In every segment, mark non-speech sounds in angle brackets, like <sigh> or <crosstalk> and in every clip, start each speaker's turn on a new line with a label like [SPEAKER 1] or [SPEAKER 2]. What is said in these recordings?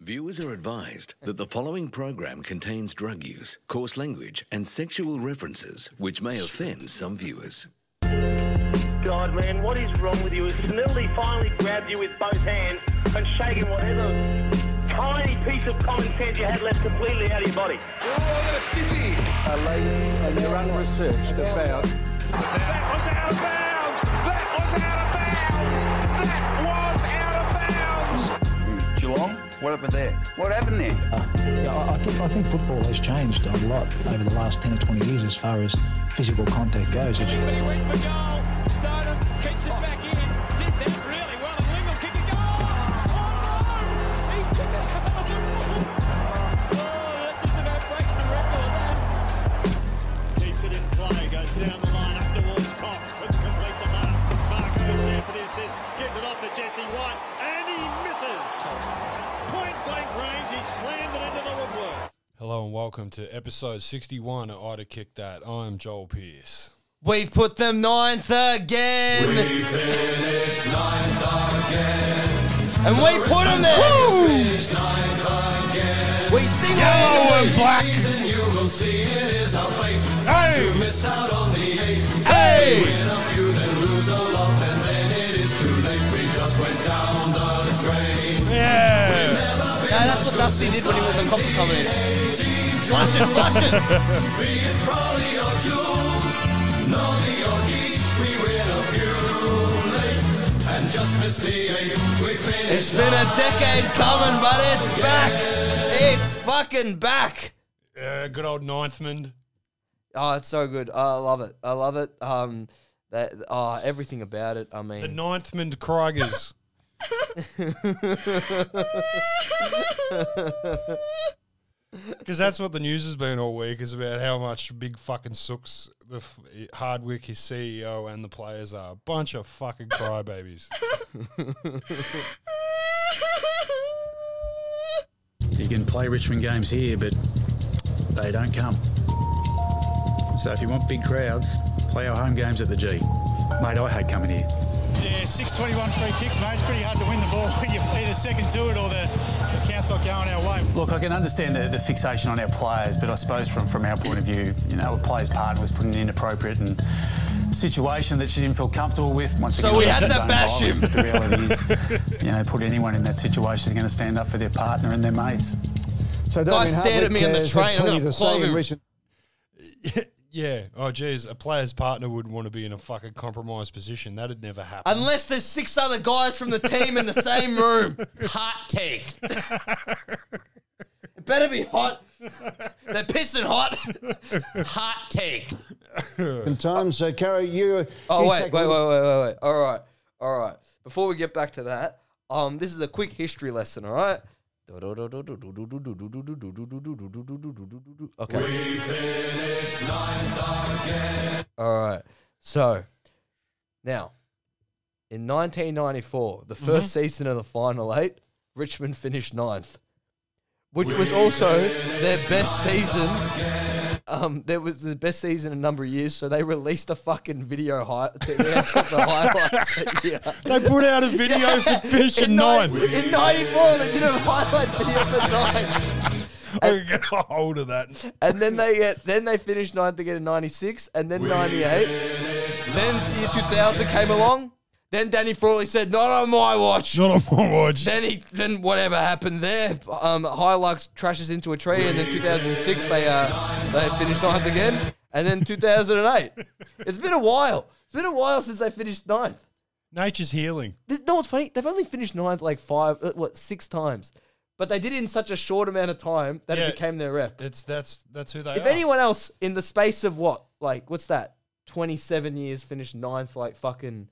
[SPEAKER 1] Viewers are advised that the following program contains drug use, coarse language, and sexual references, which may offend some viewers.
[SPEAKER 2] God, man, what is wrong with you? Has Snilly finally grabbed you with both hands and shaken whatever tiny piece of common sense you had left completely out of your body?
[SPEAKER 3] are lazy and they're unresearched about
[SPEAKER 4] That was out of bounds. That was out of bounds. That was out of bounds.
[SPEAKER 5] Geelong? What happened there? What happened there?
[SPEAKER 6] Yeah, I I think I think football has changed a lot over the last ten or twenty years as far as physical contact goes. It's-
[SPEAKER 7] He went for goal. Stodden kicks it back in. Did that really well. And Wing will kick a goal. Oh, no! He's kicked it out of the ball. Oh, that just about breaks the record. That.
[SPEAKER 8] keeps it in play, goes down the line up towards Cox, couldn't complete the mark. Marco's there for the assist, gives it off to Jesse White, and he misses. Point blank range, he slammed it into the woodwork.
[SPEAKER 9] Hello and welcome to episode 61 of Ida Kick That. I am Joel Pierce.
[SPEAKER 4] We've put them ninth again. We finished ninth again. And we put them there. We sing yellow and black. Hey. Hey. Yeah. No, that's what Dusty did when he was the cops were coming in. Flush it, flush it. It's been a decade coming, but it's back. It's fucking back.
[SPEAKER 9] Yeah, Uh, good old ninthman.
[SPEAKER 4] Oh, it's so good. I love it. I love it. Um, that oh, everything about it. I
[SPEAKER 9] The
[SPEAKER 4] mean,
[SPEAKER 9] ninthman Krigers. Because that's what the news has been all week is about how much big fucking sooks the f- Hardwick, his CEO, and the players are. A bunch of fucking crybabies.
[SPEAKER 10] You can play Richmond games here, but they don't come. So if you want big crowds, play our home games at the G. Mate, I hate coming here.
[SPEAKER 8] Yeah, 621 free kicks, mate. It's pretty hard to win the ball when you either second to it or the, the count's not going our way.
[SPEAKER 10] Look, I can understand the, the fixation on our players, but I suppose from, from our point of view, you know, a player's partner was put in an inappropriate and situation that she didn't feel comfortable with. Once
[SPEAKER 4] So
[SPEAKER 10] again,
[SPEAKER 4] we
[SPEAKER 10] I
[SPEAKER 4] had
[SPEAKER 10] don't
[SPEAKER 4] to
[SPEAKER 10] buy
[SPEAKER 4] bash
[SPEAKER 10] it,
[SPEAKER 4] him.
[SPEAKER 10] But the reality is, you know, put anyone in that situation is going to stand up for their partner and their mates.
[SPEAKER 3] so
[SPEAKER 4] Guy
[SPEAKER 3] Darwin
[SPEAKER 4] stared at
[SPEAKER 3] Hartwick,
[SPEAKER 4] me on the
[SPEAKER 3] uh, has
[SPEAKER 4] train, I'm
[SPEAKER 3] plenty
[SPEAKER 4] gonna
[SPEAKER 3] to
[SPEAKER 4] clobber
[SPEAKER 3] say in
[SPEAKER 4] him.
[SPEAKER 3] recent
[SPEAKER 9] yeah. Oh, geez. A player's partner wouldn't want to be in a fucking compromised position. That'd never happen.
[SPEAKER 4] unless there's six other guys from the team in the same room. <laughs> Hot take. it better be hot. They're pissing hot. <laughs> hot take.
[SPEAKER 3] times. So, Carrie, you.
[SPEAKER 4] Oh
[SPEAKER 3] you
[SPEAKER 4] wait,
[SPEAKER 3] take
[SPEAKER 4] wait,
[SPEAKER 3] a
[SPEAKER 4] wait, wait,
[SPEAKER 3] look-
[SPEAKER 4] wait, wait. All right, all right. Before we get back to that, um, this is a quick history lesson. All right. Okay. All right. So now, in 1994, the 1st
[SPEAKER 9] Mm-hmm.
[SPEAKER 4] season of the final eight, Richmond finished ninth, which was also their best season um, there was the best season in a number of years, so they released a fucking video hi- that we had just the highlights that year.
[SPEAKER 9] They put out a video for Fish and
[SPEAKER 4] in nine-
[SPEAKER 9] Nine.
[SPEAKER 4] In 94, they did a highlight video for nine.
[SPEAKER 9] I can get a hold of that.
[SPEAKER 4] And then they get, then they finished ninth again in 96, and then 98. Then the year 2000 came along. Then Danny Frawley said, not on my watch.
[SPEAKER 9] Not on my watch.
[SPEAKER 4] Then he, then whatever happened there, um, Hilux crashes into a tree, and then 2006 they uh they finished ninth again, and then 2008. it's been a while. It's been a while since they finished ninth.
[SPEAKER 9] Nature's healing.
[SPEAKER 4] Th- No, it's funny. They've only finished ninth like five, uh, what six times, but they did it in such a short amount of time that
[SPEAKER 9] Yeah.
[SPEAKER 4] it became their rep.
[SPEAKER 9] It's that's that's who they
[SPEAKER 4] If
[SPEAKER 9] are.
[SPEAKER 4] anyone else in the space of what, like, what's that? 27 years finished ninth, like fucking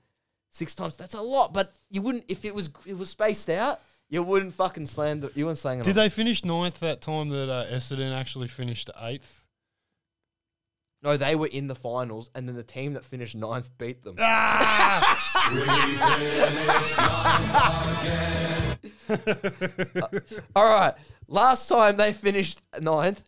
[SPEAKER 4] six times. That's a lot, but you wouldn't, if it was it was spaced out, you wouldn't fucking slam the, you wouldn't slam it.
[SPEAKER 9] Did
[SPEAKER 4] on.
[SPEAKER 9] they finish ninth that time that uh, Essendon actually finished eighth?
[SPEAKER 4] No, they were in the finals, and then the team that finished ninth beat them. <laughs> All right. Last time they finished ninth,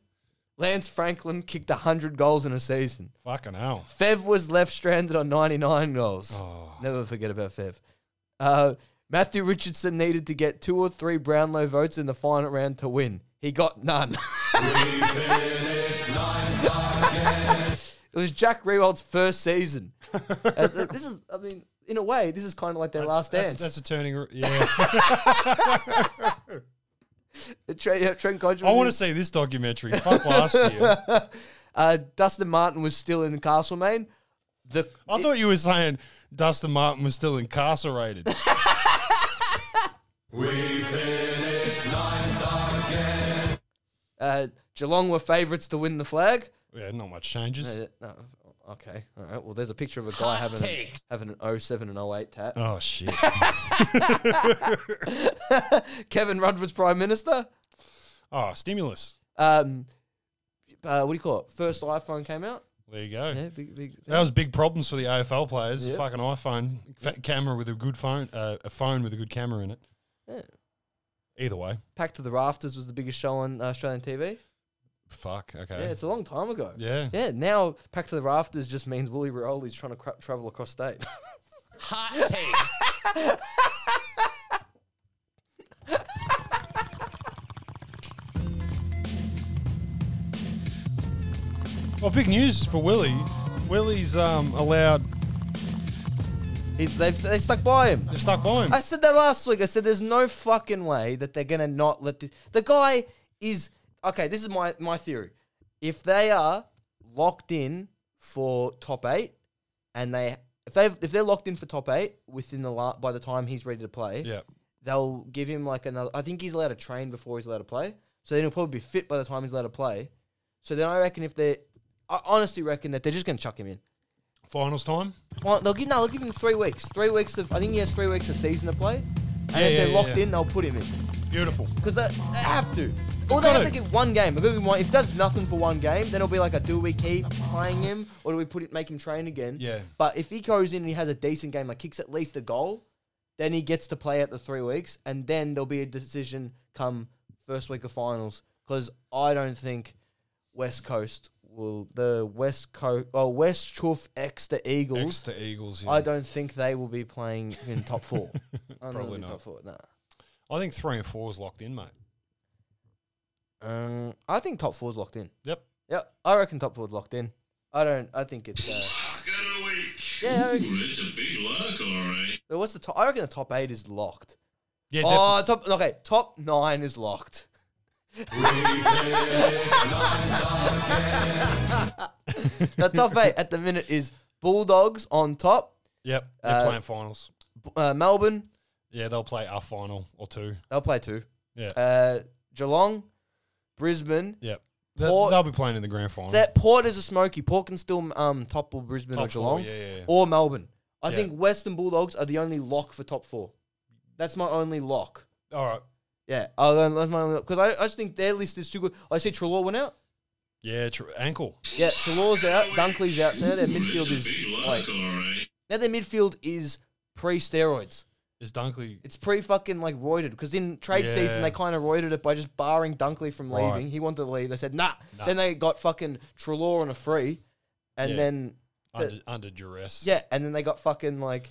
[SPEAKER 4] Lance Franklin kicked 100 goals in a season.
[SPEAKER 9] Fucking hell. Oh.
[SPEAKER 4] Fev was left stranded on 99 goals. Never forget about Fev. Uh, Matthew Richardson needed to get two or three Brownlow votes in the final round to win. He got none. <laughs> it was Jack Rewald's first
[SPEAKER 9] <laughs>
[SPEAKER 4] season. As- uh, this is, I mean, in a way, this is kind of like their last
[SPEAKER 9] that's,
[SPEAKER 4] dance.
[SPEAKER 9] that's a turning. r- Yeah,
[SPEAKER 4] Tre- uh, Trent Codger.
[SPEAKER 9] <laughs> I want to see this documentary. Fuck last year.
[SPEAKER 4] <laughs> Uh, Dustin Martin was still in Castlemaine. The
[SPEAKER 9] I thought you were saying Dustin Martin was still incarcerated.
[SPEAKER 4] uh, Geelong were favourites to win the flag.
[SPEAKER 9] Yeah, not much changes.
[SPEAKER 4] Uh, no, okay, all right. Well, there's a picture of a guy having an, having an 07 and 08 tat.
[SPEAKER 9] Oh
[SPEAKER 4] <laughs>
[SPEAKER 9] shit!
[SPEAKER 4] Kevin Rudd was prime minister.
[SPEAKER 9] Oh, stimulus.
[SPEAKER 4] Um, uh, what do you call it? First iPhone came out.
[SPEAKER 9] There you go.
[SPEAKER 4] Yeah, big, big.
[SPEAKER 9] That was big problems for the AFL players.
[SPEAKER 4] Yeah.
[SPEAKER 9] Fucking iPhone, fat camera with a good phone, uh, a phone with a good camera in it.
[SPEAKER 4] Yeah.
[SPEAKER 9] Either way,
[SPEAKER 4] Packed to the Rafters was the biggest show on uh, Australian TV.
[SPEAKER 9] fuck. Okay.
[SPEAKER 4] Yeah, it's a long time ago.
[SPEAKER 9] Yeah.
[SPEAKER 4] Yeah, now Packed to the Rafters just means Wooly Rioli's trying to cra- travel across state. <laughs>
[SPEAKER 9] Well, big news for Willie. Willie's um, allowed.
[SPEAKER 4] He's, they've, they stuck by him.
[SPEAKER 9] They're stuck by him.
[SPEAKER 4] I said that last week. I said there's no fucking way that they're gonna not let the the guy is okay. This is my my theory. If they are locked in for top eight, and they if they if they're locked in for top eight within the la- by the time he's ready to play,
[SPEAKER 9] yeah.
[SPEAKER 4] they'll give him like another. I think he's allowed to train before he's allowed to play, so then he'll probably be fit by the time he's allowed to play. So then I reckon if they, I honestly reckon that they're just gonna chuck him in.
[SPEAKER 9] Finals time.
[SPEAKER 4] Well, they'll give no, they'll give him three weeks. Three weeks of I think he has three weeks of season to play. And
[SPEAKER 9] Yeah,
[SPEAKER 4] if
[SPEAKER 9] yeah,
[SPEAKER 4] they're
[SPEAKER 9] yeah,
[SPEAKER 4] locked
[SPEAKER 9] yeah.
[SPEAKER 4] in, they'll put him in
[SPEAKER 9] Beautiful.
[SPEAKER 4] because they, they have to. Or they have
[SPEAKER 9] gotta-
[SPEAKER 4] to get one game. They've gotta give him one- If he does nothing for one game, then it'll be like a do we keep playing him or do we put it make him train again?
[SPEAKER 9] Yeah.
[SPEAKER 4] But if he goes in and he has a decent game, like kicks at least a goal, then he gets to play out the three weeks, and then there'll be a decision come first week of finals. Because I don't think West Coast will the West Coast oh West Chuff Exeter Eagles
[SPEAKER 9] Next to Eagles. Yeah.
[SPEAKER 4] I don't think they will be playing in top
[SPEAKER 9] <laughs>
[SPEAKER 4] four. I don't think they'll
[SPEAKER 9] Probably
[SPEAKER 4] be
[SPEAKER 9] not.
[SPEAKER 4] Top four, nah.
[SPEAKER 9] I think three and four is locked in, mate.
[SPEAKER 4] Um, I think top four's locked in.
[SPEAKER 9] Yep.
[SPEAKER 4] Yep, I reckon top four's locked in. I don't. I think it's. Uh, yeah, I reckon,
[SPEAKER 11] It's a big luck, all right.
[SPEAKER 4] but what's the top? I reckon the top eight is locked.
[SPEAKER 9] Yeah.
[SPEAKER 4] Oh, top. Okay, top nine is locked. the top eight at the minute is Bulldogs on top,
[SPEAKER 9] Yep. They're
[SPEAKER 4] Uh,
[SPEAKER 9] playing finals.
[SPEAKER 4] B- uh, Melbourne.
[SPEAKER 9] Yeah, they'll play a final or two.
[SPEAKER 4] They'll play two.
[SPEAKER 9] Yeah.
[SPEAKER 4] Uh, Geelong, Brisbane,
[SPEAKER 9] yep. They-
[SPEAKER 4] Port-
[SPEAKER 9] they'll be playing in the grand final.
[SPEAKER 4] That Port is a smoky. Port can still um, topple Brisbane or
[SPEAKER 9] Top four,
[SPEAKER 4] Geelong
[SPEAKER 9] yeah, yeah, yeah.
[SPEAKER 4] or Melbourne. I
[SPEAKER 9] Yeah.
[SPEAKER 4] think Western Bulldogs are the only lock for top four. That's my only lock.
[SPEAKER 9] All right.
[SPEAKER 4] Yeah, oh, then that's my only because I, I just think their list is too good. I see Trelaw went out.
[SPEAKER 9] Yeah. Tr- ankle.
[SPEAKER 4] Yeah, Trelaw's out. Dunkley's out. So now their midfield is like now their midfield is pre steroids.
[SPEAKER 9] Is Dunkley.
[SPEAKER 4] It's pre fucking like roided because in trade season
[SPEAKER 9] Yeah.
[SPEAKER 4] they kind of roided it by just barring Dunkley from
[SPEAKER 9] Right.
[SPEAKER 4] leaving. He wanted to leave. They said nah.
[SPEAKER 9] Nah.
[SPEAKER 4] Then they got fucking Trelaw on a free, and
[SPEAKER 9] Yeah.
[SPEAKER 4] then
[SPEAKER 9] Under, under duress.
[SPEAKER 4] Yeah, and then they got fucking like,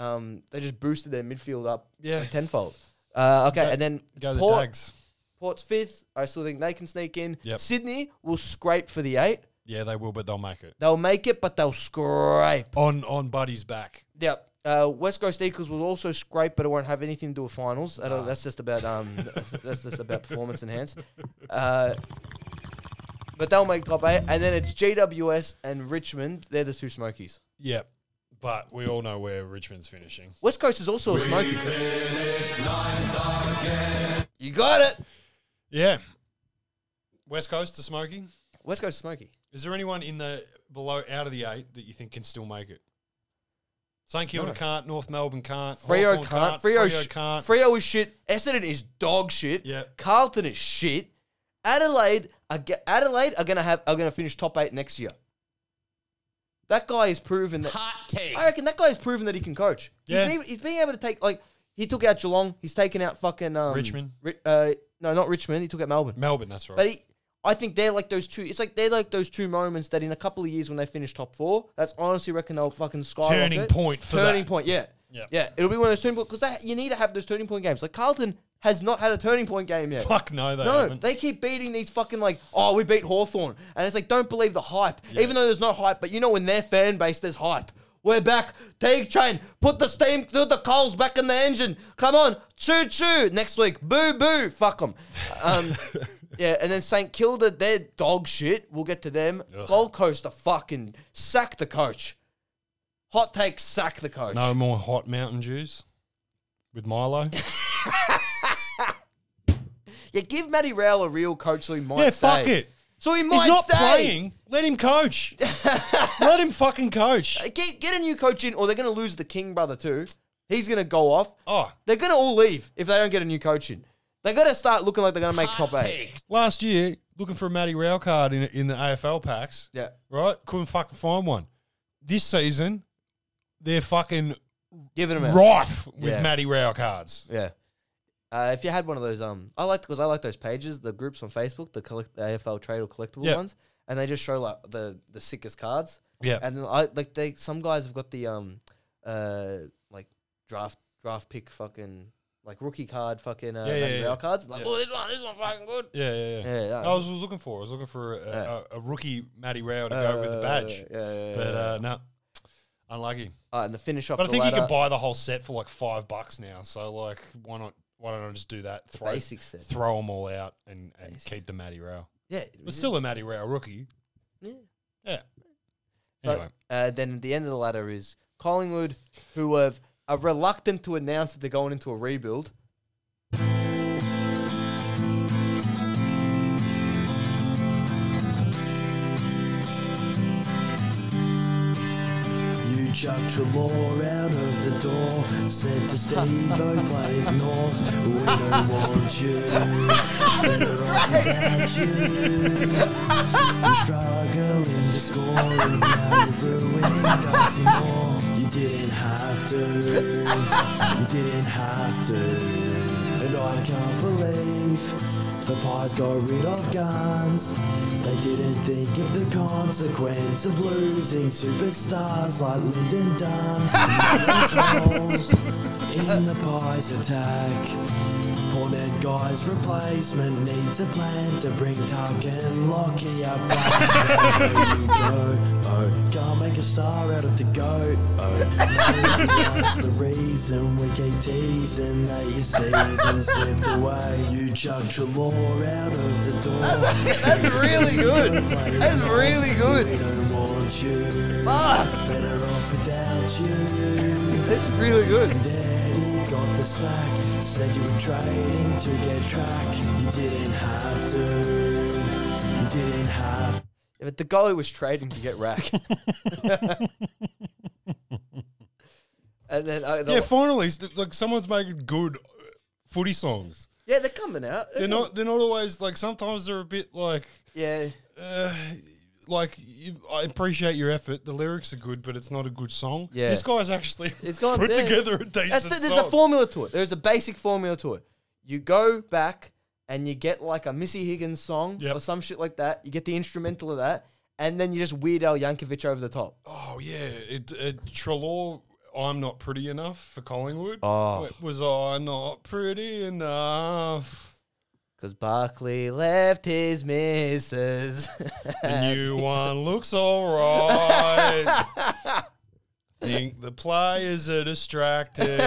[SPEAKER 4] um, they just boosted their midfield up
[SPEAKER 9] Yeah.
[SPEAKER 4] like, tenfold. Uh, okay,
[SPEAKER 9] Go-
[SPEAKER 4] and then
[SPEAKER 9] Go the
[SPEAKER 4] Port,
[SPEAKER 9] Dags.
[SPEAKER 4] Port's fifth. I still think they can sneak in.
[SPEAKER 9] Yep.
[SPEAKER 4] Sydney will scrape for the eight.
[SPEAKER 9] Yeah, they will, but they'll make it.
[SPEAKER 4] They'll make it, but they'll scrape.
[SPEAKER 9] On on Buddy's back.
[SPEAKER 4] Yep. Uh, West Coast Eagles will also scrape, but it won't have anything to do with finals. I don't, that's just about um, <laughs> that's just about performance enhance. Uh, but they'll make top eight, and then it's GWS and Richmond. They're the two Smokies.
[SPEAKER 9] Yep. But we all know where Richmond's finishing.
[SPEAKER 4] West Coast is also a smoky. You got it.
[SPEAKER 9] Yeah. West Coast to Smoky.
[SPEAKER 4] West Coast smoky.
[SPEAKER 9] Is there anyone in the below out of the eight that you think can still make it? St Kilda
[SPEAKER 4] No.
[SPEAKER 9] can't. North Melbourne can't.
[SPEAKER 4] Freo
[SPEAKER 9] Hawthorn
[SPEAKER 4] can't. Freo,
[SPEAKER 9] Freo
[SPEAKER 4] sh-
[SPEAKER 9] can't.
[SPEAKER 4] Freo is shit. Essendon is dog shit.
[SPEAKER 9] Yeah.
[SPEAKER 4] Carlton is shit. Adelaide are ge- Adelaide are gonna have are gonna finish top eight next year. That guy is proven that. Hot take. I reckon that guy's proven that he can coach.
[SPEAKER 9] Yeah.
[SPEAKER 4] He's been, he's been able to take like he took out Geelong. He's taken out fucking um,
[SPEAKER 9] Richmond.
[SPEAKER 4] Ri- uh, no, not Richmond. He took out Melbourne.
[SPEAKER 9] Melbourne. That's right.
[SPEAKER 4] But he, I think they're like those two. It's like they're like those two moments that in a couple of years when they finish top four, that's honestly reckon they'll fucking skyrocket.
[SPEAKER 9] Turning point for
[SPEAKER 4] turning
[SPEAKER 9] that.
[SPEAKER 4] point. Yeah,
[SPEAKER 9] Yeah.
[SPEAKER 4] Yeah, it'll be one of those turning points because you need to have those turning point games. Like Carlton has not had a turning point game yet.
[SPEAKER 9] Fuck no, they
[SPEAKER 4] no,
[SPEAKER 9] haven't.
[SPEAKER 4] they keep beating these fucking like, oh, we beat Hawthorn, and it's like, don't believe the hype, even though there's no hype. But you know, in their fan base, there's hype. We're back. Take train. Put the steam through the coals back in the engine. Come on, choo choo. Next week, boo boo. Fuck them.
[SPEAKER 9] <laughs>
[SPEAKER 4] Um, yeah, and then St Kilda, they're dog shit. We'll get to them. Gold Coast are fucking sack the coach. Hot take, sack the coach.
[SPEAKER 9] No more hot Mountain Dews
[SPEAKER 4] <laughs>
[SPEAKER 9] with Milo.
[SPEAKER 4] Yeah, give Matty Rowell a real coach so he might
[SPEAKER 9] yeah,
[SPEAKER 4] stay.
[SPEAKER 9] fuck it.
[SPEAKER 4] So he might
[SPEAKER 9] He's not
[SPEAKER 4] stay.
[SPEAKER 9] playing. Let him <laughs> coach. Let him fucking coach.
[SPEAKER 4] Uh, Get, get a new coach in, or they're going to lose the King brother too. He's going to go off.
[SPEAKER 9] Oh.
[SPEAKER 4] They're going to all leave if they don't get a new coach in. They're going to start looking like they're going to make top eight.
[SPEAKER 9] Last year, looking for a Matty Rao card in, in the AFL packs.
[SPEAKER 4] Yeah.
[SPEAKER 9] Right? Couldn't fucking find one. This season, they're fucking
[SPEAKER 4] Giving them
[SPEAKER 9] rife with
[SPEAKER 4] Yeah.
[SPEAKER 9] Matty Rao cards.
[SPEAKER 4] Yeah. Uh, if you had one of those, um, I liked because I like those pages, the groups on Facebook, the, collect- the AFL trade or collectible
[SPEAKER 9] Yeah.
[SPEAKER 4] ones, and they just show like the the sickest cards.
[SPEAKER 9] Yeah.
[SPEAKER 4] and then I like they some guys have got the um, uh, like draft draft pick fucking like rookie card fucking uh,
[SPEAKER 9] Yeah, yeah,
[SPEAKER 4] Manny
[SPEAKER 9] yeah.
[SPEAKER 4] Rao cards. Like,
[SPEAKER 9] Yeah.
[SPEAKER 4] oh, this one, this one fucking good.
[SPEAKER 9] Yeah, yeah, yeah.
[SPEAKER 4] Yeah, that-
[SPEAKER 9] I was, was looking for. I was looking for a, a, a rookie Matty Rao to go with the
[SPEAKER 4] Uh,
[SPEAKER 9] badge.
[SPEAKER 4] yeah, yeah,
[SPEAKER 9] but
[SPEAKER 4] yeah.
[SPEAKER 9] uh, no, unlucky.
[SPEAKER 4] Uh, and the finish off.
[SPEAKER 9] But I
[SPEAKER 4] the
[SPEAKER 9] think you
[SPEAKER 4] ladder-
[SPEAKER 9] can buy the whole set for like five bucks now. So like, why not? Why don't I just do that? Throw,
[SPEAKER 4] basic set.
[SPEAKER 9] Throw them all out and, and keep the Matty Rao.
[SPEAKER 4] Yeah,
[SPEAKER 9] But still a Matty Rao rookie.
[SPEAKER 4] Yeah.
[SPEAKER 9] Yeah.
[SPEAKER 4] But,
[SPEAKER 9] Anyway,
[SPEAKER 4] uh, then at the end of the ladder is Collingwood, who have are reluctant to announce that they're going into a rebuild.
[SPEAKER 12] You chucked Trelaw out of the door, said to Steve-O, play it north, we don't want you. We're all about you. You're struggling to score, and now you're brewing us more. You didn't have to, you didn't have to. And I can't believe the pies got rid of guns. They didn't think of the consequence of losing superstars like Lyndon Dunn. And those holes in the pies attack. Hornet guy's replacement needs a plan to bring Tuck and Lockie up. There you go. Oh, can't make a star out of the goat. Oh, maybe that's the reason we keep teasing that your season slipped away. You chucked your law out of the door. That's,
[SPEAKER 4] really good.
[SPEAKER 12] That's
[SPEAKER 4] really good.
[SPEAKER 12] We don't want you. Better off without you.
[SPEAKER 4] That's really good.
[SPEAKER 12] Daddy got the sack. Said you were trading to get track. You didn't have to. You didn't have to.
[SPEAKER 4] Yeah, But the goalie was trading to get rack. and then uh, the-
[SPEAKER 9] yeah. Finally, s- like someone's making good uh, footy songs.
[SPEAKER 4] yeah, they're coming out.
[SPEAKER 9] They're not. They're not always like. Sometimes they're a bit like.
[SPEAKER 4] Yeah,
[SPEAKER 9] Uh, like you, I appreciate your effort. The lyrics are good, but it's not a good song.
[SPEAKER 4] Yeah.
[SPEAKER 9] this guy's actually
[SPEAKER 4] it's gone.
[SPEAKER 9] <laughs> put
[SPEAKER 4] there.
[SPEAKER 9] together a decent
[SPEAKER 4] That's the- there's
[SPEAKER 9] song.
[SPEAKER 4] a formula to it. There's a basic formula to it. You go back and you get like a Missy Higgins song or some shit like that. You get the instrumental of that, and then you just Weird Al Yankovic over the top.
[SPEAKER 9] Oh yeah, it, it Trelaw. I'm not pretty enough for Collingwood.
[SPEAKER 4] Oh.
[SPEAKER 9] It was I not pretty enough?
[SPEAKER 4] Because Barkley left his missus. <laughs>
[SPEAKER 9] The new one looks alright. Think the players are distracted.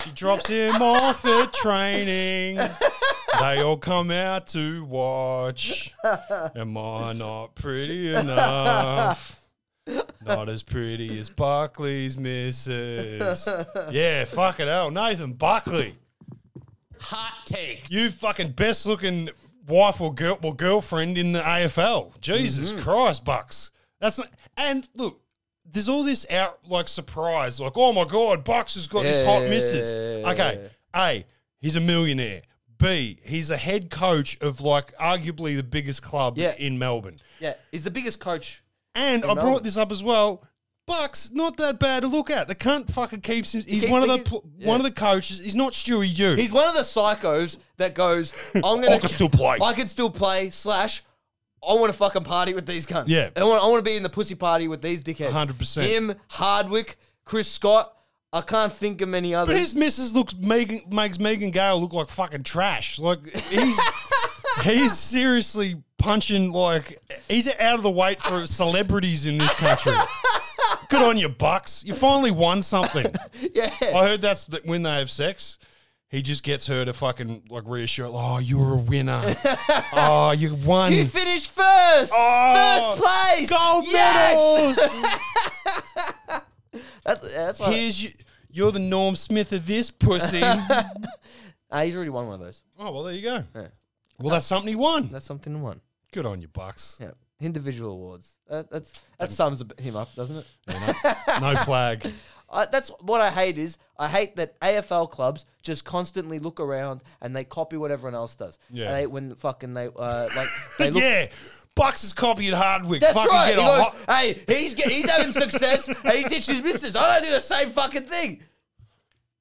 [SPEAKER 9] she drops him off at training. They all come out to watch. Am I not pretty enough? Not as pretty as Buckley's missus. Yeah, fucking hell. Nathan Buckley.
[SPEAKER 13] Hot take.
[SPEAKER 9] You fucking best looking wife or girl or girlfriend in the AFL. Jesus
[SPEAKER 13] Mm-hmm.
[SPEAKER 9] Christ, Bucks. That's not, and look, there's all this out like surprise, like oh my god, Bucks has got this
[SPEAKER 14] Yeah,
[SPEAKER 9] hot
[SPEAKER 14] yeah,
[SPEAKER 9] missus.
[SPEAKER 14] yeah, yeah,
[SPEAKER 9] okay, A, he's a millionaire. B, he's a head coach of like arguably the biggest club in Melbourne.
[SPEAKER 4] yeah, he's the biggest coach.
[SPEAKER 9] And
[SPEAKER 4] in
[SPEAKER 9] I
[SPEAKER 4] Melbourne.
[SPEAKER 9] brought this up as well. Bucks not that bad to look at. The cunt fucking keeps him. He's
[SPEAKER 4] keep-
[SPEAKER 9] one of
[SPEAKER 4] he
[SPEAKER 9] the
[SPEAKER 4] keeps-
[SPEAKER 9] pl- one of the coaches. He's not Stewie U. <laughs>
[SPEAKER 4] He's one of the psychos that goes, I'm gonna
[SPEAKER 9] I can still play.
[SPEAKER 4] I can still play, slash, I want to fucking party with these guns.
[SPEAKER 9] Yeah.
[SPEAKER 4] I want, I want to be in the pussy party with these dickheads.
[SPEAKER 9] 100%.
[SPEAKER 4] Him, Hardwick, Chris Scott. I can't think of many others.
[SPEAKER 9] But his missus looks Megan makes Megan Gale look like fucking trash. Like
[SPEAKER 4] <laughs>
[SPEAKER 9] he's he's seriously punching like he's out of the weight for celebrities in this country. Good on you, Bucks. You finally won
[SPEAKER 4] <laughs>
[SPEAKER 9] something.
[SPEAKER 4] yeah.
[SPEAKER 9] I heard that's that when they have sex. He just gets her to fucking like reassure, oh, you're a winner.
[SPEAKER 4] <laughs>
[SPEAKER 9] oh, you won.
[SPEAKER 4] You finished first.
[SPEAKER 9] Oh,
[SPEAKER 4] first place.
[SPEAKER 9] gold
[SPEAKER 4] <laughs> that's that's why.
[SPEAKER 9] Here's you. You're the Norm Smith of
[SPEAKER 4] <laughs>
[SPEAKER 9] this pussy.
[SPEAKER 4] Ah, he's already won one of those.
[SPEAKER 9] Oh well, there you go.
[SPEAKER 4] Yeah.
[SPEAKER 9] Well, that's something he won.
[SPEAKER 4] That's something to won.
[SPEAKER 9] Good on you, Bucks.
[SPEAKER 4] Yeah. Individual awards. That, that's that sums ab- him up, doesn't it? <laughs>
[SPEAKER 9] No flag.
[SPEAKER 4] I, that's what I hate is I hate that AFL clubs just constantly look around and they copy what everyone else does.
[SPEAKER 9] Yeah.
[SPEAKER 4] And they, when fucking they uh, like
[SPEAKER 9] <laughs>
[SPEAKER 4] they look.
[SPEAKER 9] yeah, Bucks is copying Hardwick.
[SPEAKER 4] That's
[SPEAKER 9] Fucking
[SPEAKER 4] right.
[SPEAKER 9] Get
[SPEAKER 4] He
[SPEAKER 9] a
[SPEAKER 4] goes,
[SPEAKER 9] hot-
[SPEAKER 4] hey, he's get, he's having success and he ditched his missus. I don't do the same fucking thing.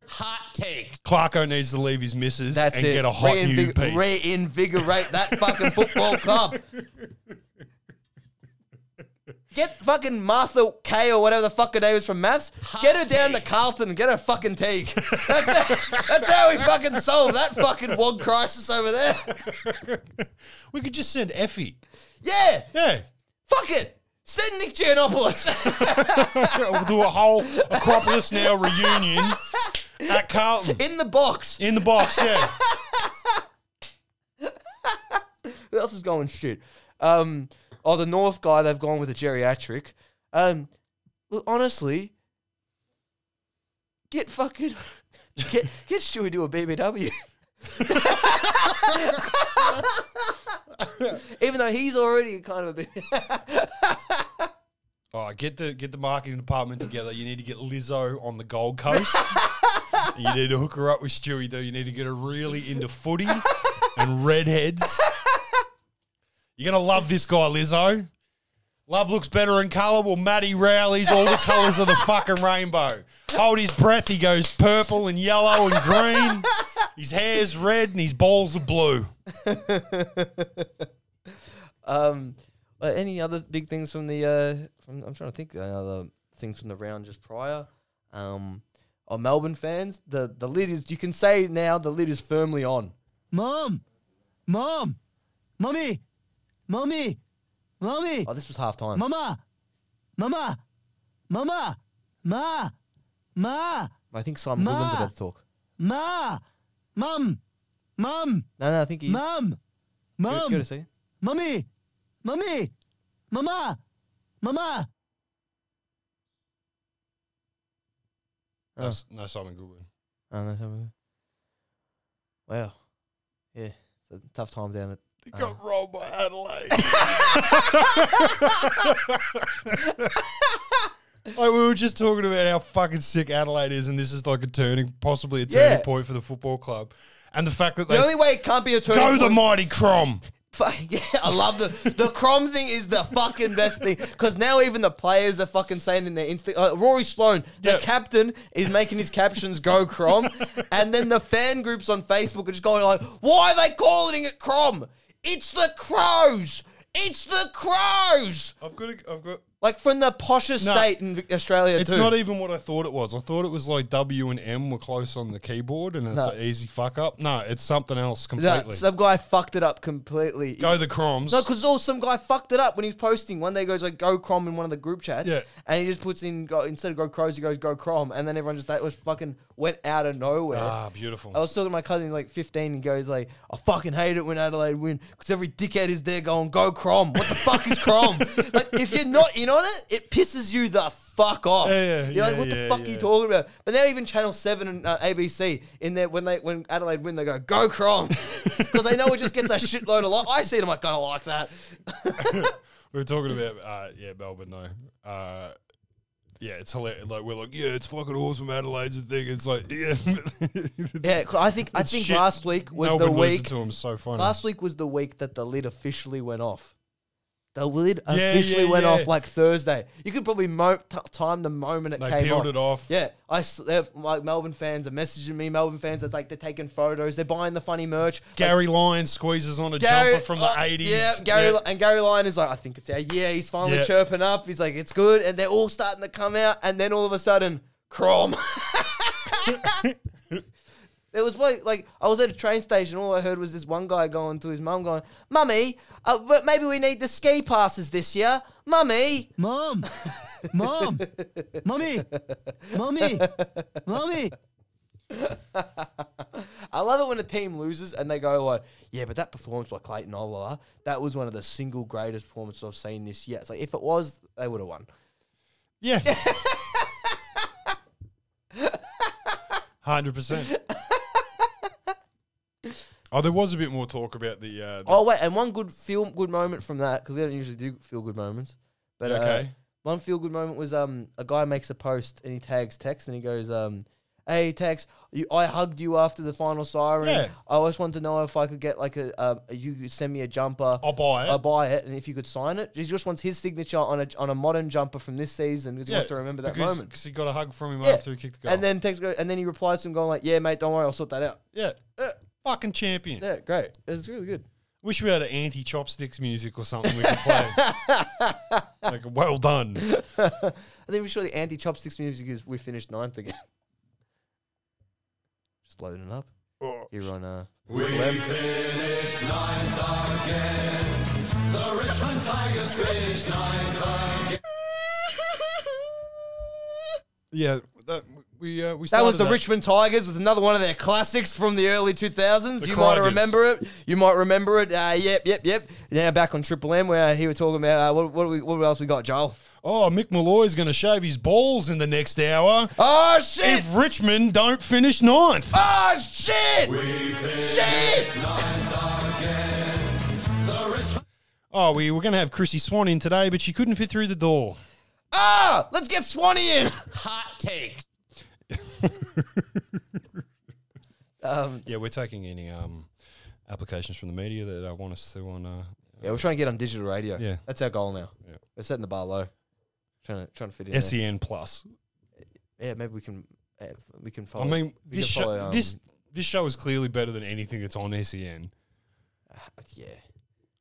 [SPEAKER 13] Hot takes.
[SPEAKER 9] Clarko needs to leave his missus
[SPEAKER 4] That's
[SPEAKER 9] and
[SPEAKER 4] it.
[SPEAKER 9] get a hot new
[SPEAKER 4] Reinvig-
[SPEAKER 9] piece.
[SPEAKER 4] Reinvigorate that fucking football club. Get fucking Martha Kay or whatever the fuck her name is from maths. Get her down to Carlton and get her fucking teague. That's how, that's how we fucking solve that fucking one crisis over there.
[SPEAKER 9] <laughs> we could just send Effie.
[SPEAKER 4] Yeah,
[SPEAKER 9] Yeah.
[SPEAKER 4] fuck it. Send Nick Giannopoulos. <laughs>
[SPEAKER 9] we'll do a whole Acropolis Now reunion at Carlton.
[SPEAKER 4] In the box.
[SPEAKER 9] In the box, yeah.
[SPEAKER 4] Who else is going shit? Um, oh, the North guy, they've gone with a geriatric. Um, look, honestly, get fucking. <laughs> Get, get Stewie to a BBW. <laughs> Even though he's already kind of a bit.
[SPEAKER 9] All right, get the get the marketing department together. You need to get Lizzo on the Gold Coast. you need to hook her up with Stewie. Though you need to get her really into footy and redheads. You're gonna love this guy, Lizzo. Love looks better in colour. Well, Matty Rowley's all the colours of the fucking rainbow. Hold his breath. He goes purple and yellow and green. His hair's red and his balls are blue.
[SPEAKER 4] Um, uh, any other big things from the? Uh, from, I'm trying to think. Uh, other things from the round just prior. Um, oh, Melbourne fans, the the lid is. You can say now the lid is firmly on.
[SPEAKER 12] Mom, mom, mommy, mommy, mommy.
[SPEAKER 4] Oh, this was half time.
[SPEAKER 12] Mama, mama, mama, ma, ma,
[SPEAKER 4] I think Simon
[SPEAKER 12] Ma.
[SPEAKER 4] Goodwin's about to talk.
[SPEAKER 12] ma, mum, mum,
[SPEAKER 4] No, no, I think he's.
[SPEAKER 12] mum,
[SPEAKER 4] Go, go to
[SPEAKER 12] mum,
[SPEAKER 4] see.
[SPEAKER 12] mummy, mummy, mama, mama.
[SPEAKER 9] No, s- no Simon Goodwin.
[SPEAKER 4] Oh, no, Simon. Wow. Yeah, it's a tough time down at.
[SPEAKER 9] He got rolled by Adelaide. <laughs> like we were just talking about how fucking sick Adelaide is, and this is like a turning, possibly a turning
[SPEAKER 4] Yeah.
[SPEAKER 9] point for the football club, and the fact that
[SPEAKER 4] The
[SPEAKER 9] they
[SPEAKER 4] only way it can't be a turning
[SPEAKER 9] go the
[SPEAKER 4] point-
[SPEAKER 9] mighty Crom.
[SPEAKER 4] <laughs> Fuck, yeah, I love the the Crom thing is the fucking best thing because now even the players are fucking saying in their instant. Uh, Rory Sloan, the
[SPEAKER 9] Yeah.
[SPEAKER 4] captain, is making his captions go Crom, and then the fan groups on Facebook are just going like, "Why are they calling it Crom? It's the Crows! It's the Crows!"
[SPEAKER 9] I've got, a, I've got.
[SPEAKER 4] Like from the poshest
[SPEAKER 9] No.
[SPEAKER 4] state in Vic- Australia
[SPEAKER 9] It's
[SPEAKER 4] too.
[SPEAKER 9] not even what I thought it was. I thought it was like W and M were close on the keyboard, and it's
[SPEAKER 4] No.
[SPEAKER 9] an easy fuck up. No, it's something else
[SPEAKER 4] No,
[SPEAKER 9] completely.
[SPEAKER 4] some guy fucked it up completely.
[SPEAKER 9] go the Croms.
[SPEAKER 4] No, because all some guy fucked it up when he was posting. One day he goes like "Go Crom" in one of the group chats,
[SPEAKER 9] Yeah.
[SPEAKER 4] and he just puts in go, instead of "Go Crows," he goes "Go Crom," and then everyone just that was fucking went out of nowhere.
[SPEAKER 9] ah, beautiful.
[SPEAKER 4] I was talking to my cousin like 15. He goes like, "I fucking hate it when Adelaide win because every dickhead is there going Go Crom." What the fuck is
[SPEAKER 9] <laughs>
[SPEAKER 4] Crom? like if you're not in on it, it pisses you the fuck off.
[SPEAKER 9] Yeah, yeah,
[SPEAKER 4] you're like,
[SPEAKER 9] yeah,
[SPEAKER 4] "What the
[SPEAKER 9] yeah,
[SPEAKER 4] fuck are
[SPEAKER 9] yeah.
[SPEAKER 4] you talking about?" But now even Channel Seven and uh, ABC in there when they when Adelaide win, they go Go
[SPEAKER 9] <laughs>
[SPEAKER 4] Crom because they know it just gets a shitload of like. I see it, I'm like, "Gonna like that."
[SPEAKER 9] We were talking about uh, yeah, Melbourne though. Uh, yeah, it's hilarious. Like we're like, yeah, it's fucking awesome. Adelaide's a thing. It's like, yeah, <laughs>
[SPEAKER 4] Yeah, 'cause I think I
[SPEAKER 9] It's
[SPEAKER 4] think
[SPEAKER 9] shit.
[SPEAKER 4] last week was
[SPEAKER 9] Melbourne
[SPEAKER 4] the
[SPEAKER 9] losing
[SPEAKER 4] week.
[SPEAKER 9] to 'em is so funny.
[SPEAKER 4] Last week was the week that the lid officially went off. The lid
[SPEAKER 9] Yeah, yeah,
[SPEAKER 4] officially went
[SPEAKER 9] yeah.
[SPEAKER 4] off like Thursday. You could probably mo- t- time the moment it
[SPEAKER 9] They
[SPEAKER 4] came
[SPEAKER 9] peeled
[SPEAKER 4] off.
[SPEAKER 9] it off.
[SPEAKER 4] Yeah, I s- they're- like Melbourne fans are messaging me. Melbourne fans are like they're taking photos. They're buying the funny merch.
[SPEAKER 9] Gary Lyon squeezes on a jumper from the
[SPEAKER 4] oh,
[SPEAKER 9] 80s.
[SPEAKER 4] Yeah, Gary and Gary Lyon is like, I think it's our year. He's finally
[SPEAKER 9] Yeah.
[SPEAKER 4] chirping up. He's like, it's good, and they're all starting to come out, and then all of a sudden, Crom. <laughs> There was one, like I was at a train station. All I heard was this one guy going to his mum, going, "Mummy, uh, but maybe we need the ski passes this year, Mummy."
[SPEAKER 12] Mom, mom, mummy, mummy, mummy.
[SPEAKER 4] I love it when a team loses and they go like, "Yeah, but that performance by Clayton Oliver, that was one of the single greatest performances I've seen this year." It's like if it was, they would have won. <laughs>
[SPEAKER 9] Yeah. Hundred percent. Oh, there was a bit more talk about the. Uh, the
[SPEAKER 4] Oh wait, and one good feel good moment from that because we don't usually do feel good moments. But uh,
[SPEAKER 9] Okay.
[SPEAKER 4] one feel good moment was um a guy makes a post and he tags Tex and he goes um. Hey Tex, you, I hugged you after the final siren.
[SPEAKER 9] Yeah.
[SPEAKER 4] I always wanted to know if I could get like a, um, you could send me a jumper.
[SPEAKER 9] I'll buy it.
[SPEAKER 4] I'll buy it, and if you could sign it, he just wants his signature on a on a modern jumper from this season because he wants to remember that
[SPEAKER 9] because,
[SPEAKER 4] moment.
[SPEAKER 9] because he got a hug from him
[SPEAKER 4] Yeah.
[SPEAKER 9] after he kicked the goal.
[SPEAKER 4] And then Tex go, and then he replies to him going like, "Yeah, mate, don't worry, I'll sort that out."
[SPEAKER 9] yeah,
[SPEAKER 4] uh,
[SPEAKER 9] fucking champion.
[SPEAKER 4] Yeah, great. It's really good.
[SPEAKER 9] Wish we had an anti chopsticks music or something we
[SPEAKER 4] <laughs>
[SPEAKER 9] could play. like, well done.
[SPEAKER 4] I think we sure the anti chopsticks music is we finished ninth again. <laughs> Just loading it up. Here on uh,
[SPEAKER 12] We
[SPEAKER 4] Lem.
[SPEAKER 12] finished ninth again. The Richmond Tigers finished ninth again.
[SPEAKER 9] Yeah, that we uh, we
[SPEAKER 4] That was
[SPEAKER 9] started
[SPEAKER 4] the Richmond Tigers with another one of their classics from the early 2000s.
[SPEAKER 9] The
[SPEAKER 4] you might
[SPEAKER 9] Krigers.
[SPEAKER 4] remember it. You might remember it. Uh, yep, yep, yep. Now back on Triple M where he was talking about uh, what, what, do we, what else we got, Joel?
[SPEAKER 9] Oh, Mick Malloy's going to shave his balls in the next hour.
[SPEAKER 4] Oh shit!
[SPEAKER 9] If Richmond don't finish ninth.
[SPEAKER 4] Oh shit! Shit!
[SPEAKER 9] Oh, we were going to have Chrissy Swan in today, but she couldn't fit through the door.
[SPEAKER 4] Ah, let's get Swanee in.
[SPEAKER 13] Hot takes.
[SPEAKER 4] Um,
[SPEAKER 9] yeah, we're taking any um, applications from the media that uh, want us to on. Uh,
[SPEAKER 4] Yeah, we're trying to get on digital radio.
[SPEAKER 9] Yeah.
[SPEAKER 4] that's our goal now.
[SPEAKER 9] Yeah.
[SPEAKER 4] We're setting the bar low. Trying to trying to fit in. there.
[SPEAKER 9] SEN E Plus.
[SPEAKER 4] Yeah, maybe we can uh, we can follow.
[SPEAKER 9] I mean,
[SPEAKER 4] we
[SPEAKER 9] this
[SPEAKER 4] can
[SPEAKER 9] show,
[SPEAKER 4] follow, um,
[SPEAKER 9] this this show is clearly better than anything that's on E SEN.
[SPEAKER 4] um, yeah.